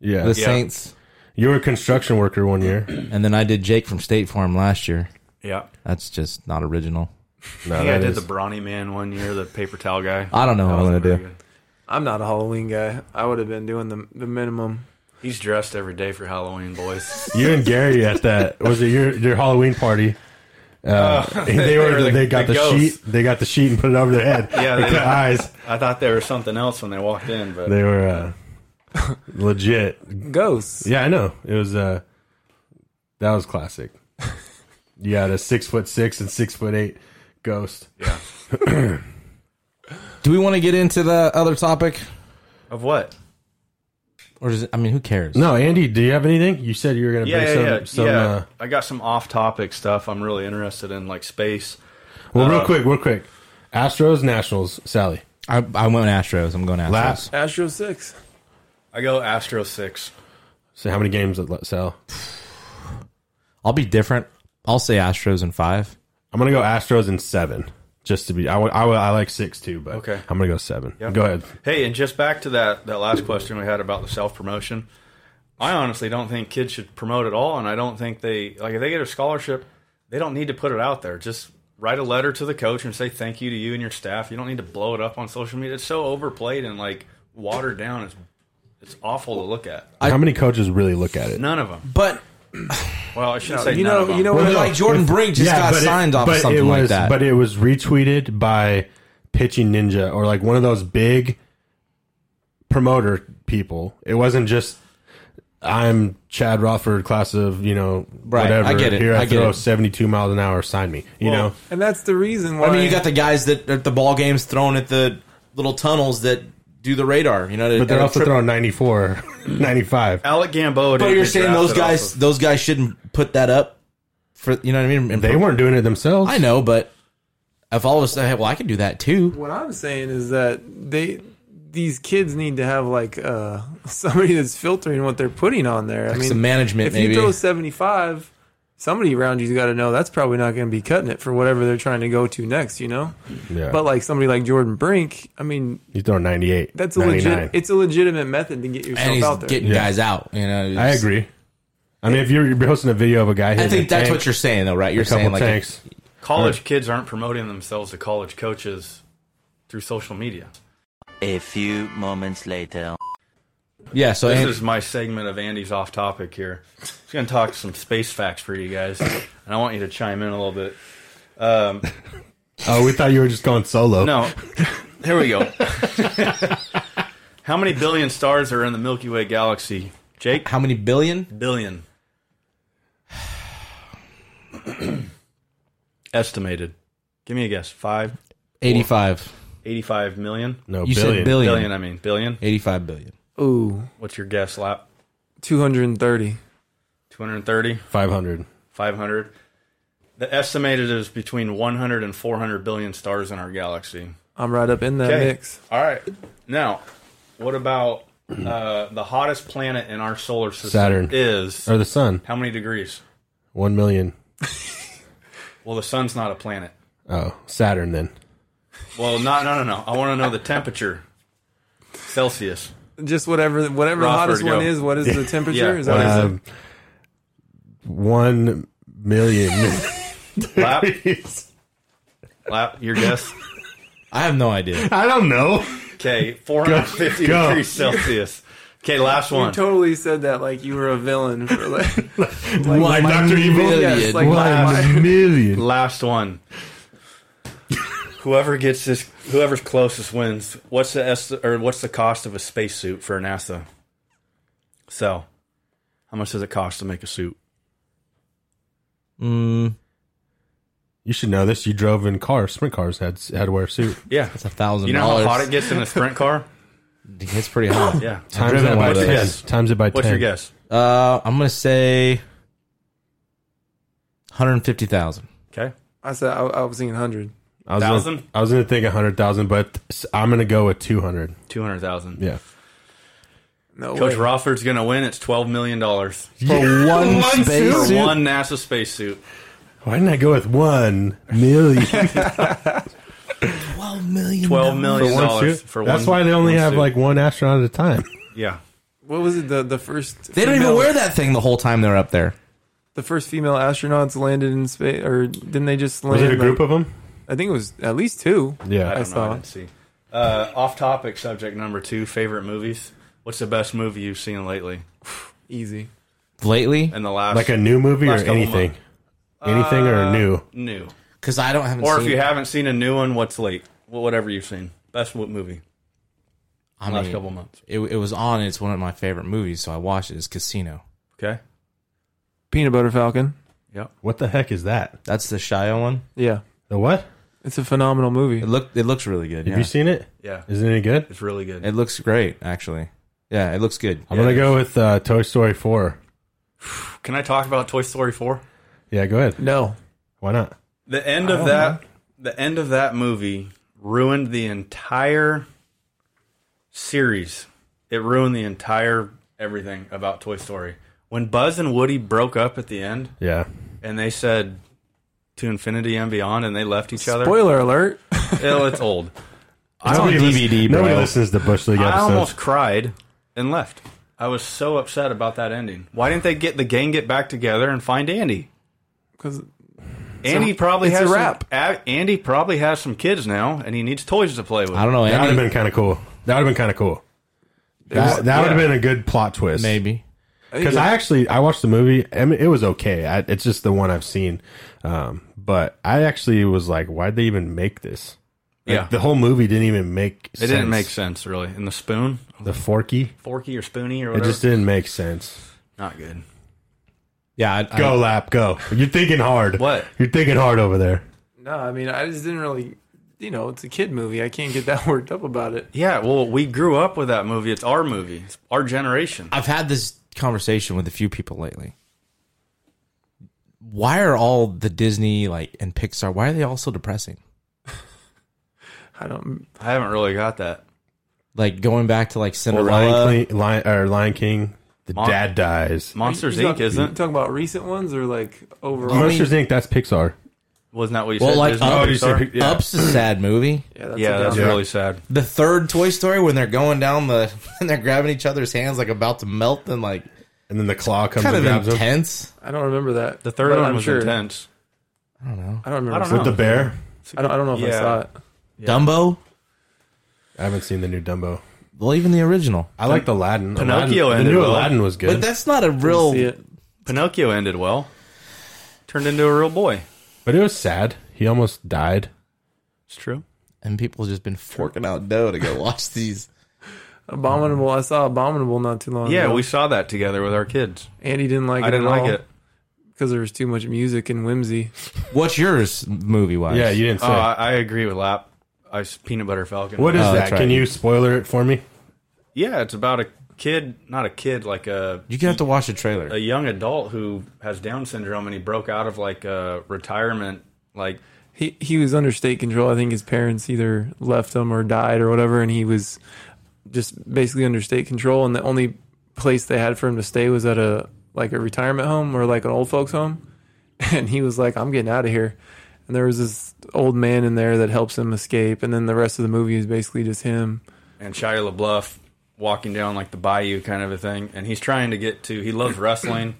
[SPEAKER 2] Yeah.
[SPEAKER 3] the Saints,
[SPEAKER 2] you were a construction worker one year.
[SPEAKER 3] and then I did Jake from State Farm last year.
[SPEAKER 5] Yeah,
[SPEAKER 3] That's just not original.
[SPEAKER 2] No,
[SPEAKER 5] I think I
[SPEAKER 2] Oh, that
[SPEAKER 5] did
[SPEAKER 2] is-
[SPEAKER 5] the brawny man one year, the paper towel guy.
[SPEAKER 3] I don't know what I'm
[SPEAKER 5] wasn't
[SPEAKER 3] gonna do.
[SPEAKER 5] very good.
[SPEAKER 4] I'm not a Halloween guy. I would have been doing the the minimum.
[SPEAKER 5] He's dressed every day for Halloween, boys.
[SPEAKER 2] you and Gary at that was it your your Halloween party? Uh, they,
[SPEAKER 5] they
[SPEAKER 2] were,
[SPEAKER 5] were the-
[SPEAKER 2] they got
[SPEAKER 5] the
[SPEAKER 2] the, sheet
[SPEAKER 5] ghosts.
[SPEAKER 2] they got the sheet and put it over their head.
[SPEAKER 5] Yeah,
[SPEAKER 2] their
[SPEAKER 5] they-
[SPEAKER 2] eyes.
[SPEAKER 5] I thought there was something else when they walked in, but
[SPEAKER 2] They were uh, legit.
[SPEAKER 4] Ghosts.
[SPEAKER 2] Yeah, I know. It was uh, that was classic. You got a six foot six and six foot eight ghost.
[SPEAKER 5] yeah.
[SPEAKER 3] Do we want to get into the other topic,
[SPEAKER 5] Of what?
[SPEAKER 3] or does it, I mean, who cares?
[SPEAKER 2] No, Andy, do you have anything? You said you were gonna
[SPEAKER 5] yeah,
[SPEAKER 2] bring
[SPEAKER 5] yeah,
[SPEAKER 2] some.
[SPEAKER 5] yeah.
[SPEAKER 2] some
[SPEAKER 5] yeah.
[SPEAKER 2] Uh,
[SPEAKER 5] I got some off-topic stuff. I'm really interested in like space.
[SPEAKER 2] well, real
[SPEAKER 5] Uh,
[SPEAKER 2] quick, real quick. Astros, Nationals, Sally.
[SPEAKER 3] I, I went Astros. I'm going Astros.
[SPEAKER 2] Last.
[SPEAKER 4] Astro six.
[SPEAKER 5] I go Astro six.
[SPEAKER 2] So how many games? Let Sal.
[SPEAKER 3] I'll be different. I'll say Astros in five.
[SPEAKER 2] I'm gonna go Astros in seven, just to be. I wa- I wa- I like six too, but
[SPEAKER 5] Okay.
[SPEAKER 2] I'm gonna go seven. Go ahead.
[SPEAKER 5] Hey, and just back to that that last question we had about the self promotion. I honestly don't think kids should promote at all, and I don't think they like if they get a scholarship, they don't need to put it out there. Just write a letter to the coach and say thank you to you and your staff. You don't need to blow it up on social media. It's so overplayed and like watered down. It's it's awful to look at.
[SPEAKER 2] How many coaches really look at it?
[SPEAKER 5] None of them.
[SPEAKER 3] But
[SPEAKER 5] Well, I should say
[SPEAKER 4] You
[SPEAKER 5] none
[SPEAKER 4] know.
[SPEAKER 5] of 'em.
[SPEAKER 4] You know
[SPEAKER 2] Well,
[SPEAKER 4] what?
[SPEAKER 2] no,
[SPEAKER 4] I-
[SPEAKER 3] like Jordan
[SPEAKER 2] if-
[SPEAKER 3] Brink just got
[SPEAKER 2] but
[SPEAKER 3] signed off of
[SPEAKER 2] but
[SPEAKER 3] something
[SPEAKER 2] it
[SPEAKER 3] like
[SPEAKER 2] was-
[SPEAKER 3] that.
[SPEAKER 2] But it was retweeted by Pitching Ninja or like one of those big promoter people. It wasn't just I'm Chad Rothford, class of you know
[SPEAKER 3] Right, I
[SPEAKER 2] whatever.
[SPEAKER 3] get it,
[SPEAKER 2] Here I,
[SPEAKER 3] I get
[SPEAKER 2] throw
[SPEAKER 3] it.
[SPEAKER 2] 72 miles an hour. Sign me. You
[SPEAKER 5] Well,
[SPEAKER 2] know.
[SPEAKER 4] and that's the reason why.
[SPEAKER 3] I mean, you got the guys that at the ball games thrown at the little tunnels that do the radar. You know, to-
[SPEAKER 2] But they're
[SPEAKER 3] and
[SPEAKER 2] also
[SPEAKER 3] trip-
[SPEAKER 2] throwing 94, 95.
[SPEAKER 5] Alec Gamboa.
[SPEAKER 3] But
[SPEAKER 5] didn't
[SPEAKER 3] you're
[SPEAKER 5] get
[SPEAKER 3] saying those
[SPEAKER 5] drafted off
[SPEAKER 3] guys,
[SPEAKER 5] of-
[SPEAKER 3] those guys shouldn't put that up for you know what I mean? And
[SPEAKER 2] They
[SPEAKER 3] for-
[SPEAKER 2] weren't doing it themselves.
[SPEAKER 3] I know, but if all of a sudden, hey, well, I can do that too.
[SPEAKER 4] What I'm saying is that they these kids need to have like uh somebody that's filtering what they're putting on there. I mean,
[SPEAKER 3] Some management,
[SPEAKER 4] if
[SPEAKER 3] maybe.
[SPEAKER 4] you throw 75, somebody around you's got to know that's probably not going to be cutting it for whatever they're trying to go to next. You know,
[SPEAKER 2] Yeah.
[SPEAKER 4] but like somebody like Jordan Brink, I mean,
[SPEAKER 2] He's throwing 98.
[SPEAKER 4] that's a legit. It's a legitimate method to get yourself
[SPEAKER 3] and he's
[SPEAKER 4] out there.
[SPEAKER 3] getting
[SPEAKER 2] Yeah.
[SPEAKER 3] guys out. You know,
[SPEAKER 2] I
[SPEAKER 3] It's-
[SPEAKER 2] agree. I mean, if you're, you're hosting a video of a guy,
[SPEAKER 3] I
[SPEAKER 2] hitting
[SPEAKER 3] think
[SPEAKER 2] a
[SPEAKER 3] that's
[SPEAKER 2] tank,
[SPEAKER 3] what you're saying, though, right? You're
[SPEAKER 2] a couple
[SPEAKER 3] saying like,
[SPEAKER 2] tanks.
[SPEAKER 5] college kids aren't promoting themselves to college coaches through social media.
[SPEAKER 8] A few moments later.
[SPEAKER 3] yeah. So
[SPEAKER 5] This
[SPEAKER 3] and-
[SPEAKER 5] is my segment of Andy's off topic here. I'm just going to talk some space facts for you guys, and I want you to chime in a little bit. Um,
[SPEAKER 2] Oh, we thought you were just going solo.
[SPEAKER 5] no, here we go. How many billion stars are in the Milky Way galaxy? Jake,
[SPEAKER 3] how many billion?
[SPEAKER 5] billion. Estimated. Give me a guess. Five,
[SPEAKER 3] Eighty-five.
[SPEAKER 5] 85 million?
[SPEAKER 2] no,
[SPEAKER 3] You
[SPEAKER 2] billion.
[SPEAKER 3] said billion.
[SPEAKER 5] Billion, I mean. Billion?
[SPEAKER 3] Eighty-five billion.
[SPEAKER 4] Ooh,
[SPEAKER 5] What's your guess, Lap?
[SPEAKER 4] 230.
[SPEAKER 5] 230?
[SPEAKER 2] Five hundred.
[SPEAKER 5] 500. The estimated is between 100 and 400 billion stars in our galaxy.
[SPEAKER 4] I'm right up in that
[SPEAKER 5] Okay.
[SPEAKER 4] mix.
[SPEAKER 5] All right. Now, what about uh, the hottest planet in our solar system?
[SPEAKER 2] Saturn.
[SPEAKER 5] Is
[SPEAKER 2] Or the sun.
[SPEAKER 5] how many degrees?
[SPEAKER 2] One million.
[SPEAKER 5] Well, the sun's not a planet.
[SPEAKER 2] Oh, Saturn then.
[SPEAKER 5] Well, no, no, no, no. I want to know the temperature. Celsius.
[SPEAKER 4] Just whatever, whatever the
[SPEAKER 5] Rothford,
[SPEAKER 4] hottest one
[SPEAKER 5] go.
[SPEAKER 4] is. What is the temperature?
[SPEAKER 5] Yeah.
[SPEAKER 4] Is that what it is?
[SPEAKER 2] Um, one million.
[SPEAKER 5] Lap, lap, your guess.
[SPEAKER 3] I have no idea.
[SPEAKER 2] I don't know.
[SPEAKER 5] Okay, 450
[SPEAKER 2] Go.
[SPEAKER 5] degrees Celsius. Okay, last
[SPEAKER 4] You
[SPEAKER 5] one.
[SPEAKER 4] totally said that like you were a villain for like, like
[SPEAKER 2] Like Dr. Evil?
[SPEAKER 4] Yes, like my- my-
[SPEAKER 2] One million.
[SPEAKER 5] Last one. Whoever gets this, whoever's closest wins. What's the est- or what's the cost of a spacesuit for NASA? So, how much does it cost to make a suit?
[SPEAKER 3] Mm,
[SPEAKER 2] You should know this. You drove in cars. Sprint cars had had to wear a suit.
[SPEAKER 5] Yeah,
[SPEAKER 3] it's a thousand
[SPEAKER 5] you know how
[SPEAKER 3] dollars.
[SPEAKER 5] hot it gets in a sprint car.
[SPEAKER 3] It's pretty high.
[SPEAKER 5] Yeah.
[SPEAKER 3] I've
[SPEAKER 2] Times
[SPEAKER 3] driven
[SPEAKER 2] it
[SPEAKER 3] one
[SPEAKER 2] by
[SPEAKER 3] of
[SPEAKER 2] ten.
[SPEAKER 3] those.
[SPEAKER 2] Times it by
[SPEAKER 5] What's
[SPEAKER 2] ten.
[SPEAKER 5] your guess?
[SPEAKER 3] Uh, I'm gonna say 150,000.
[SPEAKER 5] Okay.
[SPEAKER 4] I said I, I was thinking hundred.
[SPEAKER 2] I was, gonna,
[SPEAKER 5] Thousand?
[SPEAKER 2] I was gonna think hundred thousand, but s- I'm gonna go with two hundred.
[SPEAKER 5] 200,000.
[SPEAKER 2] Yeah.
[SPEAKER 4] No
[SPEAKER 5] Coach
[SPEAKER 4] way.
[SPEAKER 5] Rawford's going to win. It's $12 million for
[SPEAKER 1] For one
[SPEAKER 5] one
[SPEAKER 1] spacesuit?
[SPEAKER 5] NASA spacesuit.
[SPEAKER 2] Why didn't I go with one million?
[SPEAKER 5] $12 million
[SPEAKER 2] For one suit?
[SPEAKER 5] for one
[SPEAKER 2] That's why they only
[SPEAKER 5] one
[SPEAKER 2] have
[SPEAKER 5] suit.
[SPEAKER 2] like one astronaut at a time.
[SPEAKER 5] Yeah.
[SPEAKER 4] What was it? The the first
[SPEAKER 3] They don't even wear that thing the whole time they're up there.
[SPEAKER 4] the first female astronauts landed in space, or didn't they just land?
[SPEAKER 2] Was it a group of
[SPEAKER 4] like-
[SPEAKER 2] them?
[SPEAKER 4] I think it was at least two.
[SPEAKER 5] I
[SPEAKER 2] Yeah.
[SPEAKER 5] don't know. I
[SPEAKER 4] saw.
[SPEAKER 5] didn't see. Uh, off topic subject number two favorite movies. What's the best movie you've seen lately?
[SPEAKER 4] Easy.
[SPEAKER 3] Lately,
[SPEAKER 5] In the last.
[SPEAKER 2] Like a new movie or
[SPEAKER 5] Last couple
[SPEAKER 2] anything? Anything or new?
[SPEAKER 5] new.
[SPEAKER 3] because I don't haven't
[SPEAKER 5] Or if
[SPEAKER 3] seen-
[SPEAKER 5] you haven't seen a new one, what's late? Well, whatever you've seen. Best mo- movie.
[SPEAKER 3] I
[SPEAKER 5] Last
[SPEAKER 3] mean,
[SPEAKER 5] couple months.
[SPEAKER 3] It, it was on. and It's one of my favorite movies, so I watched it. It's Casino.
[SPEAKER 5] Okay.
[SPEAKER 4] Peanut butter falcon.
[SPEAKER 2] What the heck is that?
[SPEAKER 3] That's the Shia one.
[SPEAKER 4] Yeah,
[SPEAKER 2] The what?
[SPEAKER 4] it's a phenomenal movie.
[SPEAKER 3] It looked it looks really good.
[SPEAKER 2] Have
[SPEAKER 3] Yeah.
[SPEAKER 2] you seen it?
[SPEAKER 5] Yeah.
[SPEAKER 2] Is it any good?
[SPEAKER 5] It's really good.
[SPEAKER 3] it looks great actually. Yeah, it looks good.
[SPEAKER 2] I'm gonna go with uh, Toy Story Four.
[SPEAKER 5] Can I talk about Toy Story 4?
[SPEAKER 2] Yeah, go ahead.
[SPEAKER 4] No,
[SPEAKER 2] Why not?
[SPEAKER 5] The end of that the end of that movie ruined the entire series. It ruined the entire everything about Toy Story. When Buzz and Woody broke up at the end
[SPEAKER 2] Yeah.
[SPEAKER 5] and they said to infinity and beyond and they left each other.
[SPEAKER 4] spoiler alert.
[SPEAKER 5] Ew, it's old. I,
[SPEAKER 2] Nobody
[SPEAKER 5] almost-
[SPEAKER 2] listens- Nobody listens to Bush League
[SPEAKER 5] I
[SPEAKER 2] episodes.
[SPEAKER 5] almost cried and left. I was so upset about that ending. Why didn't they get the gang get back together and find Andy?
[SPEAKER 4] Because
[SPEAKER 5] Andy
[SPEAKER 4] So,
[SPEAKER 5] probably
[SPEAKER 4] it's
[SPEAKER 5] has
[SPEAKER 4] a
[SPEAKER 5] some-
[SPEAKER 4] wrap.
[SPEAKER 5] A- Andy probably has some kids now, and he needs toys to play with.
[SPEAKER 3] I don't know.
[SPEAKER 2] that would have
[SPEAKER 3] Andy,
[SPEAKER 2] been kind of cool. That would have been kind of cool. That, that would have
[SPEAKER 5] yeah.
[SPEAKER 2] been a good plot twist.
[SPEAKER 3] maybe.
[SPEAKER 2] because I actually I watched the movie. I mean, it was okay. I, it's just the one I've seen. Um, but I actually was like, why'd they even make this? Like,
[SPEAKER 5] yeah,
[SPEAKER 2] the whole movie didn't even make.
[SPEAKER 5] it didn't make sense really. And the spoon,
[SPEAKER 2] The Forky,
[SPEAKER 5] forky or spoony or
[SPEAKER 2] it
[SPEAKER 5] whatever,
[SPEAKER 2] just didn't make sense.
[SPEAKER 5] not good.
[SPEAKER 3] Yeah, I,
[SPEAKER 2] Go lap, go. You're thinking hard.
[SPEAKER 5] What?
[SPEAKER 2] You're thinking hard over there.
[SPEAKER 4] no, I mean I just didn't really. You know, it's a kid movie. I can't get that worked up about it.
[SPEAKER 5] Yeah, well, we grew up with that movie. It's our movie. It's our generation.
[SPEAKER 3] I've had this conversation with a few people lately. Why are all the Disney like and Pixar? Why are they all so depressing?
[SPEAKER 4] I don't.
[SPEAKER 5] I haven't really got that.
[SPEAKER 3] Like going back to like
[SPEAKER 2] Well,
[SPEAKER 3] Cinderella.
[SPEAKER 2] Lion, King, Lion, or Lion King, the
[SPEAKER 5] Mon-
[SPEAKER 2] dad dies.
[SPEAKER 5] Monsters
[SPEAKER 4] You
[SPEAKER 5] Inc.
[SPEAKER 4] talk- You
[SPEAKER 5] isn't
[SPEAKER 4] talking about recent ones or like overall?
[SPEAKER 2] Monsters Inc. That's Pixar.
[SPEAKER 5] wasn't that what you
[SPEAKER 3] Well,
[SPEAKER 5] said?
[SPEAKER 3] like,
[SPEAKER 5] Disney
[SPEAKER 3] oh,
[SPEAKER 5] Pixar?
[SPEAKER 3] you
[SPEAKER 2] said Pic- yeah.
[SPEAKER 3] Up's a sad movie.
[SPEAKER 4] yeah, that's,
[SPEAKER 5] yeah,
[SPEAKER 4] a
[SPEAKER 5] that's
[SPEAKER 4] downer.
[SPEAKER 5] really sad.
[SPEAKER 3] The third Toy Story when they're going down the and they're grabbing each other's hands like about to melt and like
[SPEAKER 2] And then the claw comes
[SPEAKER 3] kind
[SPEAKER 2] and
[SPEAKER 3] of
[SPEAKER 2] grabs him
[SPEAKER 3] intense.
[SPEAKER 4] I don't remember that.
[SPEAKER 5] The third
[SPEAKER 4] but
[SPEAKER 5] one
[SPEAKER 4] I'm
[SPEAKER 5] was
[SPEAKER 4] sure.
[SPEAKER 5] intense.
[SPEAKER 3] I don't know.
[SPEAKER 4] I don't remember.
[SPEAKER 5] I
[SPEAKER 4] I
[SPEAKER 5] don't
[SPEAKER 4] don't,
[SPEAKER 5] know.
[SPEAKER 2] with the bear.
[SPEAKER 4] I don't, know if I
[SPEAKER 5] Yeah.
[SPEAKER 4] saw it.
[SPEAKER 3] Dumbo.
[SPEAKER 2] I haven't seen the new Dumbo.
[SPEAKER 3] Well, even the original.
[SPEAKER 2] I like the Aladdin. Aladdin,
[SPEAKER 5] Pinocchio
[SPEAKER 2] the
[SPEAKER 5] ended
[SPEAKER 2] new
[SPEAKER 5] well.
[SPEAKER 2] Aladdin was good.
[SPEAKER 3] But that's not a
[SPEAKER 5] Oh.
[SPEAKER 3] real.
[SPEAKER 4] See it.
[SPEAKER 5] Pinocchio ended well. Turned into a real boy.
[SPEAKER 2] but it was sad. He almost died.
[SPEAKER 5] It's true.
[SPEAKER 3] And people have just been forking out dough to go watch these.
[SPEAKER 4] Abominable. I saw Abominable not too long
[SPEAKER 5] Yeah,
[SPEAKER 4] ago.
[SPEAKER 5] we saw that together with our kids.
[SPEAKER 4] Andy didn't like it.
[SPEAKER 5] I didn't
[SPEAKER 4] at all
[SPEAKER 5] like it.
[SPEAKER 4] because there was too much music and whimsy.
[SPEAKER 3] What's yours, movie wise?
[SPEAKER 2] Yeah, you didn't say.
[SPEAKER 5] Oh, I, I agree with Lap. I s- peanut butter falcon.
[SPEAKER 2] what is
[SPEAKER 3] Oh,
[SPEAKER 2] that?
[SPEAKER 3] that's right.
[SPEAKER 2] Can you spoiler it for me?
[SPEAKER 5] Yeah, it's about a kid, not a kid, like a
[SPEAKER 3] You gonna have to watch the trailer.
[SPEAKER 5] a young adult who has Down syndrome, and he broke out of like a retirement. Like
[SPEAKER 4] He he was under state control. I think his parents either left him or died or whatever, and he was just basically under state control. And the only place they had for him to stay was at a like a retirement home or like an old folks home. And he was like, "I'm getting out of here." And there was this old man in there that helps him escape. And then the rest of the movie is basically just him.
[SPEAKER 5] and Shia LaBeouf walking down like the bayou kind of a thing, and he's trying to get to. He loves wrestling,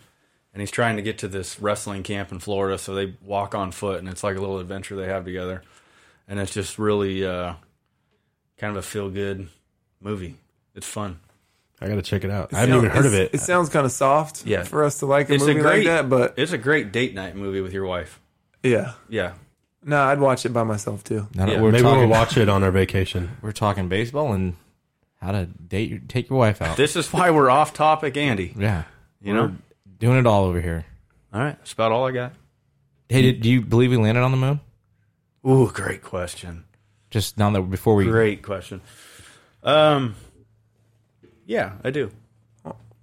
[SPEAKER 5] and he's trying to get to this wrestling camp in Florida. So they walk on foot, and it's like a little adventure they have together, and it's just really uh, kind of a feel good movie. It's fun.
[SPEAKER 2] I gotta check it out. I haven't even heard of it.
[SPEAKER 4] It sounds kind of soft,
[SPEAKER 5] Yeah.
[SPEAKER 4] for us to like a
[SPEAKER 5] It's a
[SPEAKER 4] movie like
[SPEAKER 5] great-
[SPEAKER 4] that. But
[SPEAKER 5] It's a great date night movie with your wife.
[SPEAKER 4] yeah,
[SPEAKER 5] Yeah,
[SPEAKER 4] no, I'd watch it by myself too.
[SPEAKER 3] Now that
[SPEAKER 5] yeah.
[SPEAKER 3] we're
[SPEAKER 2] Maybe
[SPEAKER 3] talking,
[SPEAKER 2] we'll watch it on our vacation.
[SPEAKER 3] we're talking baseball and how to date your, take your wife out.
[SPEAKER 5] This is why we're off topic, Andy.
[SPEAKER 3] yeah,
[SPEAKER 5] You know?
[SPEAKER 3] doing it all over here.
[SPEAKER 5] All right. That's about all I got.
[SPEAKER 3] Hey, did, do you believe we landed on the moon?
[SPEAKER 5] Ooh, great question.
[SPEAKER 3] Just now that before we
[SPEAKER 5] Great question. Um, Yeah, I do.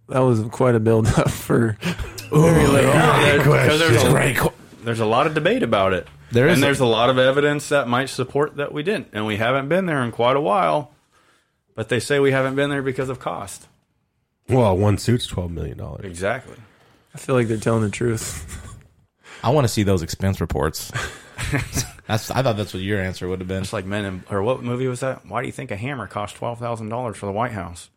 [SPEAKER 4] That was quite a build up for.
[SPEAKER 5] Because Uh, there's, a-
[SPEAKER 2] Great que-
[SPEAKER 5] there's a lot of debate about it.
[SPEAKER 2] There is
[SPEAKER 5] and
[SPEAKER 2] a-
[SPEAKER 5] there's a lot of evidence that might support that we didn't, and we haven't been there in quite a while. But they say we haven't been there because of cost.
[SPEAKER 2] Well, one suit's twelve million dollars.
[SPEAKER 5] Exactly.
[SPEAKER 4] I feel like they're telling the truth.
[SPEAKER 3] I want to see those expense reports. that's I thought that's what your answer would have been.
[SPEAKER 5] It's like men in, or what movie was that? Why do you think a hammer cost twelve thousand dollars for the White House?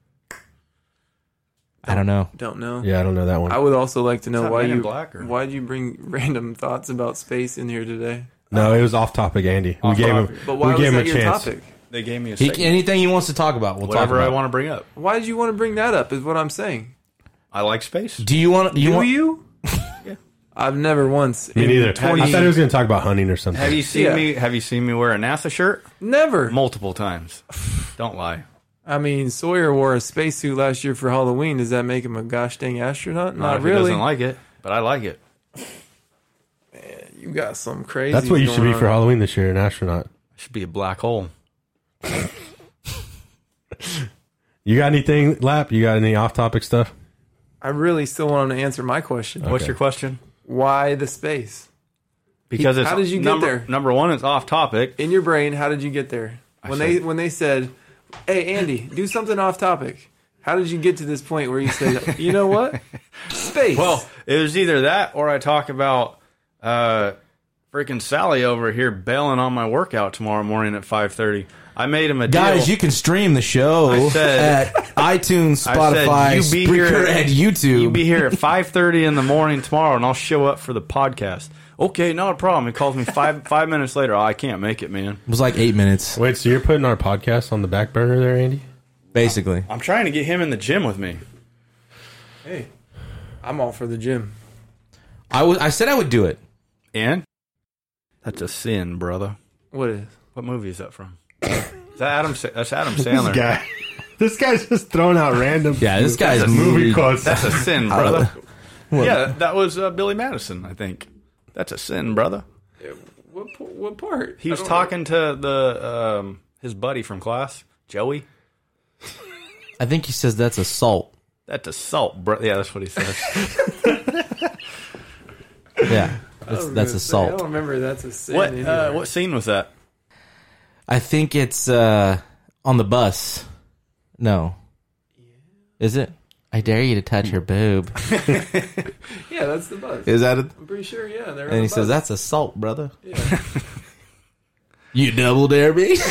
[SPEAKER 3] I don't know.
[SPEAKER 4] Don't know.
[SPEAKER 2] Yeah, I don't know that one.
[SPEAKER 4] I would also like to know
[SPEAKER 5] that
[SPEAKER 4] why
[SPEAKER 5] Men in
[SPEAKER 4] you
[SPEAKER 5] Black, or-
[SPEAKER 4] why'd you bring random thoughts about space in here today?
[SPEAKER 2] no, it was off topic, Andy. We
[SPEAKER 5] Off
[SPEAKER 2] gave him.
[SPEAKER 5] topic.
[SPEAKER 4] But why
[SPEAKER 2] we gave
[SPEAKER 4] was
[SPEAKER 2] him
[SPEAKER 4] that
[SPEAKER 2] a
[SPEAKER 4] your
[SPEAKER 2] chance.
[SPEAKER 4] topic?
[SPEAKER 5] They gave me a
[SPEAKER 3] He,
[SPEAKER 5] segment.
[SPEAKER 3] anything he wants to talk about, we'll
[SPEAKER 5] whatever
[SPEAKER 3] talk
[SPEAKER 5] I
[SPEAKER 3] about.
[SPEAKER 5] want to bring up.
[SPEAKER 4] Why did you want to bring that up? Is what I'm saying.
[SPEAKER 5] I like space.
[SPEAKER 3] Do you want? Do you
[SPEAKER 4] Do
[SPEAKER 3] want?
[SPEAKER 4] you? I've never once.
[SPEAKER 2] Me
[SPEAKER 4] in
[SPEAKER 2] neither.
[SPEAKER 4] 20
[SPEAKER 2] I thought he was going to talk about hunting or
[SPEAKER 5] Have
[SPEAKER 2] something.
[SPEAKER 5] you seen
[SPEAKER 4] Yeah.
[SPEAKER 5] me? Have you seen me wear a NASA shirt
[SPEAKER 4] never.
[SPEAKER 5] multiple times? Don't lie.
[SPEAKER 4] I mean, Sawyer wore a spacesuit last year for Halloween. Does that make him a gosh dang astronaut? Not,
[SPEAKER 5] if he
[SPEAKER 4] really.
[SPEAKER 5] doesn't like it, but I like it.
[SPEAKER 4] you got some crazy.
[SPEAKER 2] That's what you should be
[SPEAKER 4] going
[SPEAKER 2] for
[SPEAKER 4] on.
[SPEAKER 2] Halloween this year, an astronaut.
[SPEAKER 5] Should be a black hole.
[SPEAKER 2] You got anything, Lap? You got any off topic stuff?
[SPEAKER 4] I really still want him to answer my question.
[SPEAKER 5] What's
[SPEAKER 2] Okay.
[SPEAKER 5] your question?
[SPEAKER 4] Why the space?
[SPEAKER 5] Because it's
[SPEAKER 4] How did you get
[SPEAKER 5] number,
[SPEAKER 4] there?
[SPEAKER 5] Number one, it's off topic.
[SPEAKER 4] In your brain, how did you get there? When they
[SPEAKER 5] said-
[SPEAKER 4] when they said, "Hey Andy, do something off topic." How did you get to this point where you said, "You know what? Space."
[SPEAKER 5] Well, it was either that or I talk about uh, freaking Sally over here bailing on my workout tomorrow morning at five thirty. I made him a
[SPEAKER 3] Guys,
[SPEAKER 5] deal.
[SPEAKER 3] you can stream the show
[SPEAKER 5] I said-
[SPEAKER 3] at iTunes, Spotify,
[SPEAKER 5] I said, you be here
[SPEAKER 3] Spreaker,
[SPEAKER 5] at-
[SPEAKER 3] and YouTube.
[SPEAKER 5] You'll be here at five thirty in the morning tomorrow, and I'll show up for the podcast. Okay, not a problem. He calls me five five minutes later. Oh, I can't make it, man.
[SPEAKER 3] It was like eight minutes,
[SPEAKER 2] Wait, so you're putting our podcast on the back burner there, Andy?
[SPEAKER 3] basically.
[SPEAKER 5] I'm trying to get him in the gym with me.
[SPEAKER 4] hey, I'm all for the gym.
[SPEAKER 3] I was. I said I would do it.
[SPEAKER 5] And that's a sin, brother.
[SPEAKER 4] What is?
[SPEAKER 5] What movie is that from? is that Adam? Sa- That's Adam Sandler.
[SPEAKER 2] guy. This guy's just throwing out random.
[SPEAKER 3] Yeah, this guy's
[SPEAKER 2] movie
[SPEAKER 3] movie.
[SPEAKER 2] quotes.
[SPEAKER 5] That's a sin, brother. yeah, that was uh, Billy Madison, I think. That's a sin, brother.
[SPEAKER 4] What p- what part?
[SPEAKER 5] He
[SPEAKER 4] I
[SPEAKER 5] was
[SPEAKER 4] don't-
[SPEAKER 5] talking to the um, his buddy from class, Joey.
[SPEAKER 3] I think he says that's assault.
[SPEAKER 5] That's assault, bro. Yeah, that's what he says.
[SPEAKER 3] Yeah,
[SPEAKER 5] Oh,
[SPEAKER 3] that's, that's
[SPEAKER 4] I don't
[SPEAKER 3] assault.
[SPEAKER 4] remember. That's a sin.
[SPEAKER 5] what
[SPEAKER 4] anyway.
[SPEAKER 5] uh, what scene was that?
[SPEAKER 3] I think it's uh, on the bus. No, is it? I dare you to touch her boob.
[SPEAKER 4] Yeah, that's the buzz.
[SPEAKER 3] Is that? A,
[SPEAKER 4] I'm pretty sure. Yeah, they're.
[SPEAKER 3] and he says that's assault, brother. you double dare me?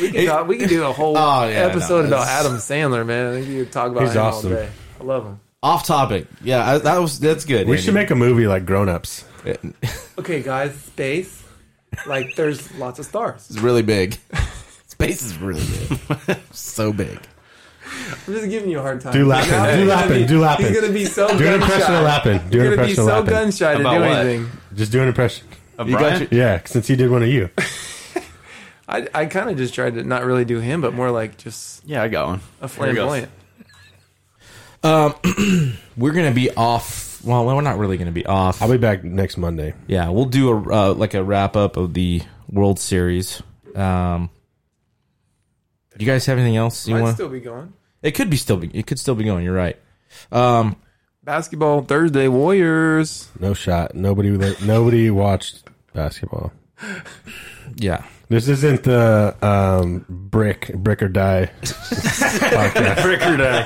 [SPEAKER 4] we can, talk, we can do a whole
[SPEAKER 3] Oh, yeah,
[SPEAKER 4] episode
[SPEAKER 3] no,
[SPEAKER 4] about
[SPEAKER 3] it's-
[SPEAKER 4] Adam Sandler, man. I think you could talk about
[SPEAKER 2] He's
[SPEAKER 4] him
[SPEAKER 2] awesome.
[SPEAKER 4] all day. I love him.
[SPEAKER 3] Off topic. Yeah, I, that was that's good.
[SPEAKER 2] We should make a movie like Grown Ups.
[SPEAKER 3] make
[SPEAKER 4] Okay, guys, space. Like, there's lots of stars.
[SPEAKER 3] it's really big. Space is really big. so big.
[SPEAKER 4] I'm just giving you a hard time.
[SPEAKER 2] Do Lappin.
[SPEAKER 4] Now
[SPEAKER 2] Do
[SPEAKER 4] he's
[SPEAKER 2] Lappin.
[SPEAKER 4] gonna be-
[SPEAKER 2] Do Lappin.
[SPEAKER 4] He's gonna be so
[SPEAKER 2] Do an
[SPEAKER 4] gun
[SPEAKER 2] impression
[SPEAKER 4] shy.
[SPEAKER 2] of Lappin. Do
[SPEAKER 4] He's
[SPEAKER 2] an
[SPEAKER 4] gonna be
[SPEAKER 2] impression of
[SPEAKER 4] so
[SPEAKER 2] Lappin.
[SPEAKER 4] gun shy to do
[SPEAKER 5] About what?
[SPEAKER 4] anything.
[SPEAKER 2] Just do an impression.
[SPEAKER 5] Of
[SPEAKER 3] You got
[SPEAKER 5] Brian?
[SPEAKER 3] your-
[SPEAKER 2] Yeah, since he did one of you.
[SPEAKER 4] I, I kind of just tried to not really do him, but more like just
[SPEAKER 5] Yeah, I got one.
[SPEAKER 4] a
[SPEAKER 5] Here it goes.
[SPEAKER 4] flamboyant.
[SPEAKER 3] We're gonna be off. Well, we're not really gonna be off.
[SPEAKER 2] I'll be back next Monday.
[SPEAKER 3] yeah, we'll do a uh, like a wrap up of the World Series. Um, do you guys have anything else you
[SPEAKER 4] I'd
[SPEAKER 3] want?
[SPEAKER 4] still be going.
[SPEAKER 3] it could be still be. It could still be going. You're right. Um,
[SPEAKER 4] Basketball Thursday Warriors.
[SPEAKER 2] No shot. Nobody. Nobody watched basketball.
[SPEAKER 3] yeah.
[SPEAKER 2] This isn't the um, brick brick or die podcast.
[SPEAKER 5] Brick or die.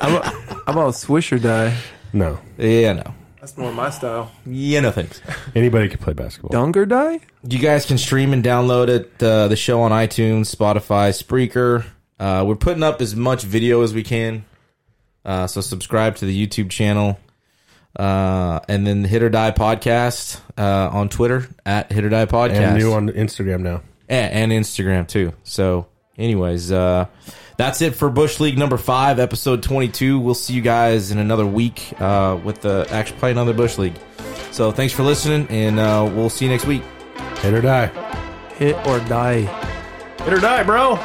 [SPEAKER 4] How about swish or die?
[SPEAKER 2] No,
[SPEAKER 3] Yeah. No.
[SPEAKER 4] That's more my style.
[SPEAKER 3] Yeah. No. Thanks.
[SPEAKER 2] anybody can play basketball.
[SPEAKER 4] Dunk or die?
[SPEAKER 3] You guys can stream and download it, uh, the show on iTunes, Spotify, Spreaker. Uh, we're putting up as much video as we can. Uh, so subscribe to the YouTube channel. Uh, and then Hit or Die Podcast uh, on Twitter at Hit or Die Podcast. Eh,
[SPEAKER 2] and new on Instagram now.
[SPEAKER 3] And, and Instagram too. So, anyways, uh, that's it for Bush League number five, episode twenty-two. We'll see you guys in another week uh, with the actually probably another Bush League. So, thanks for listening, and uh, we'll see you next week.
[SPEAKER 2] Hit or die.
[SPEAKER 4] Hit or die.
[SPEAKER 5] Hit or die, bro.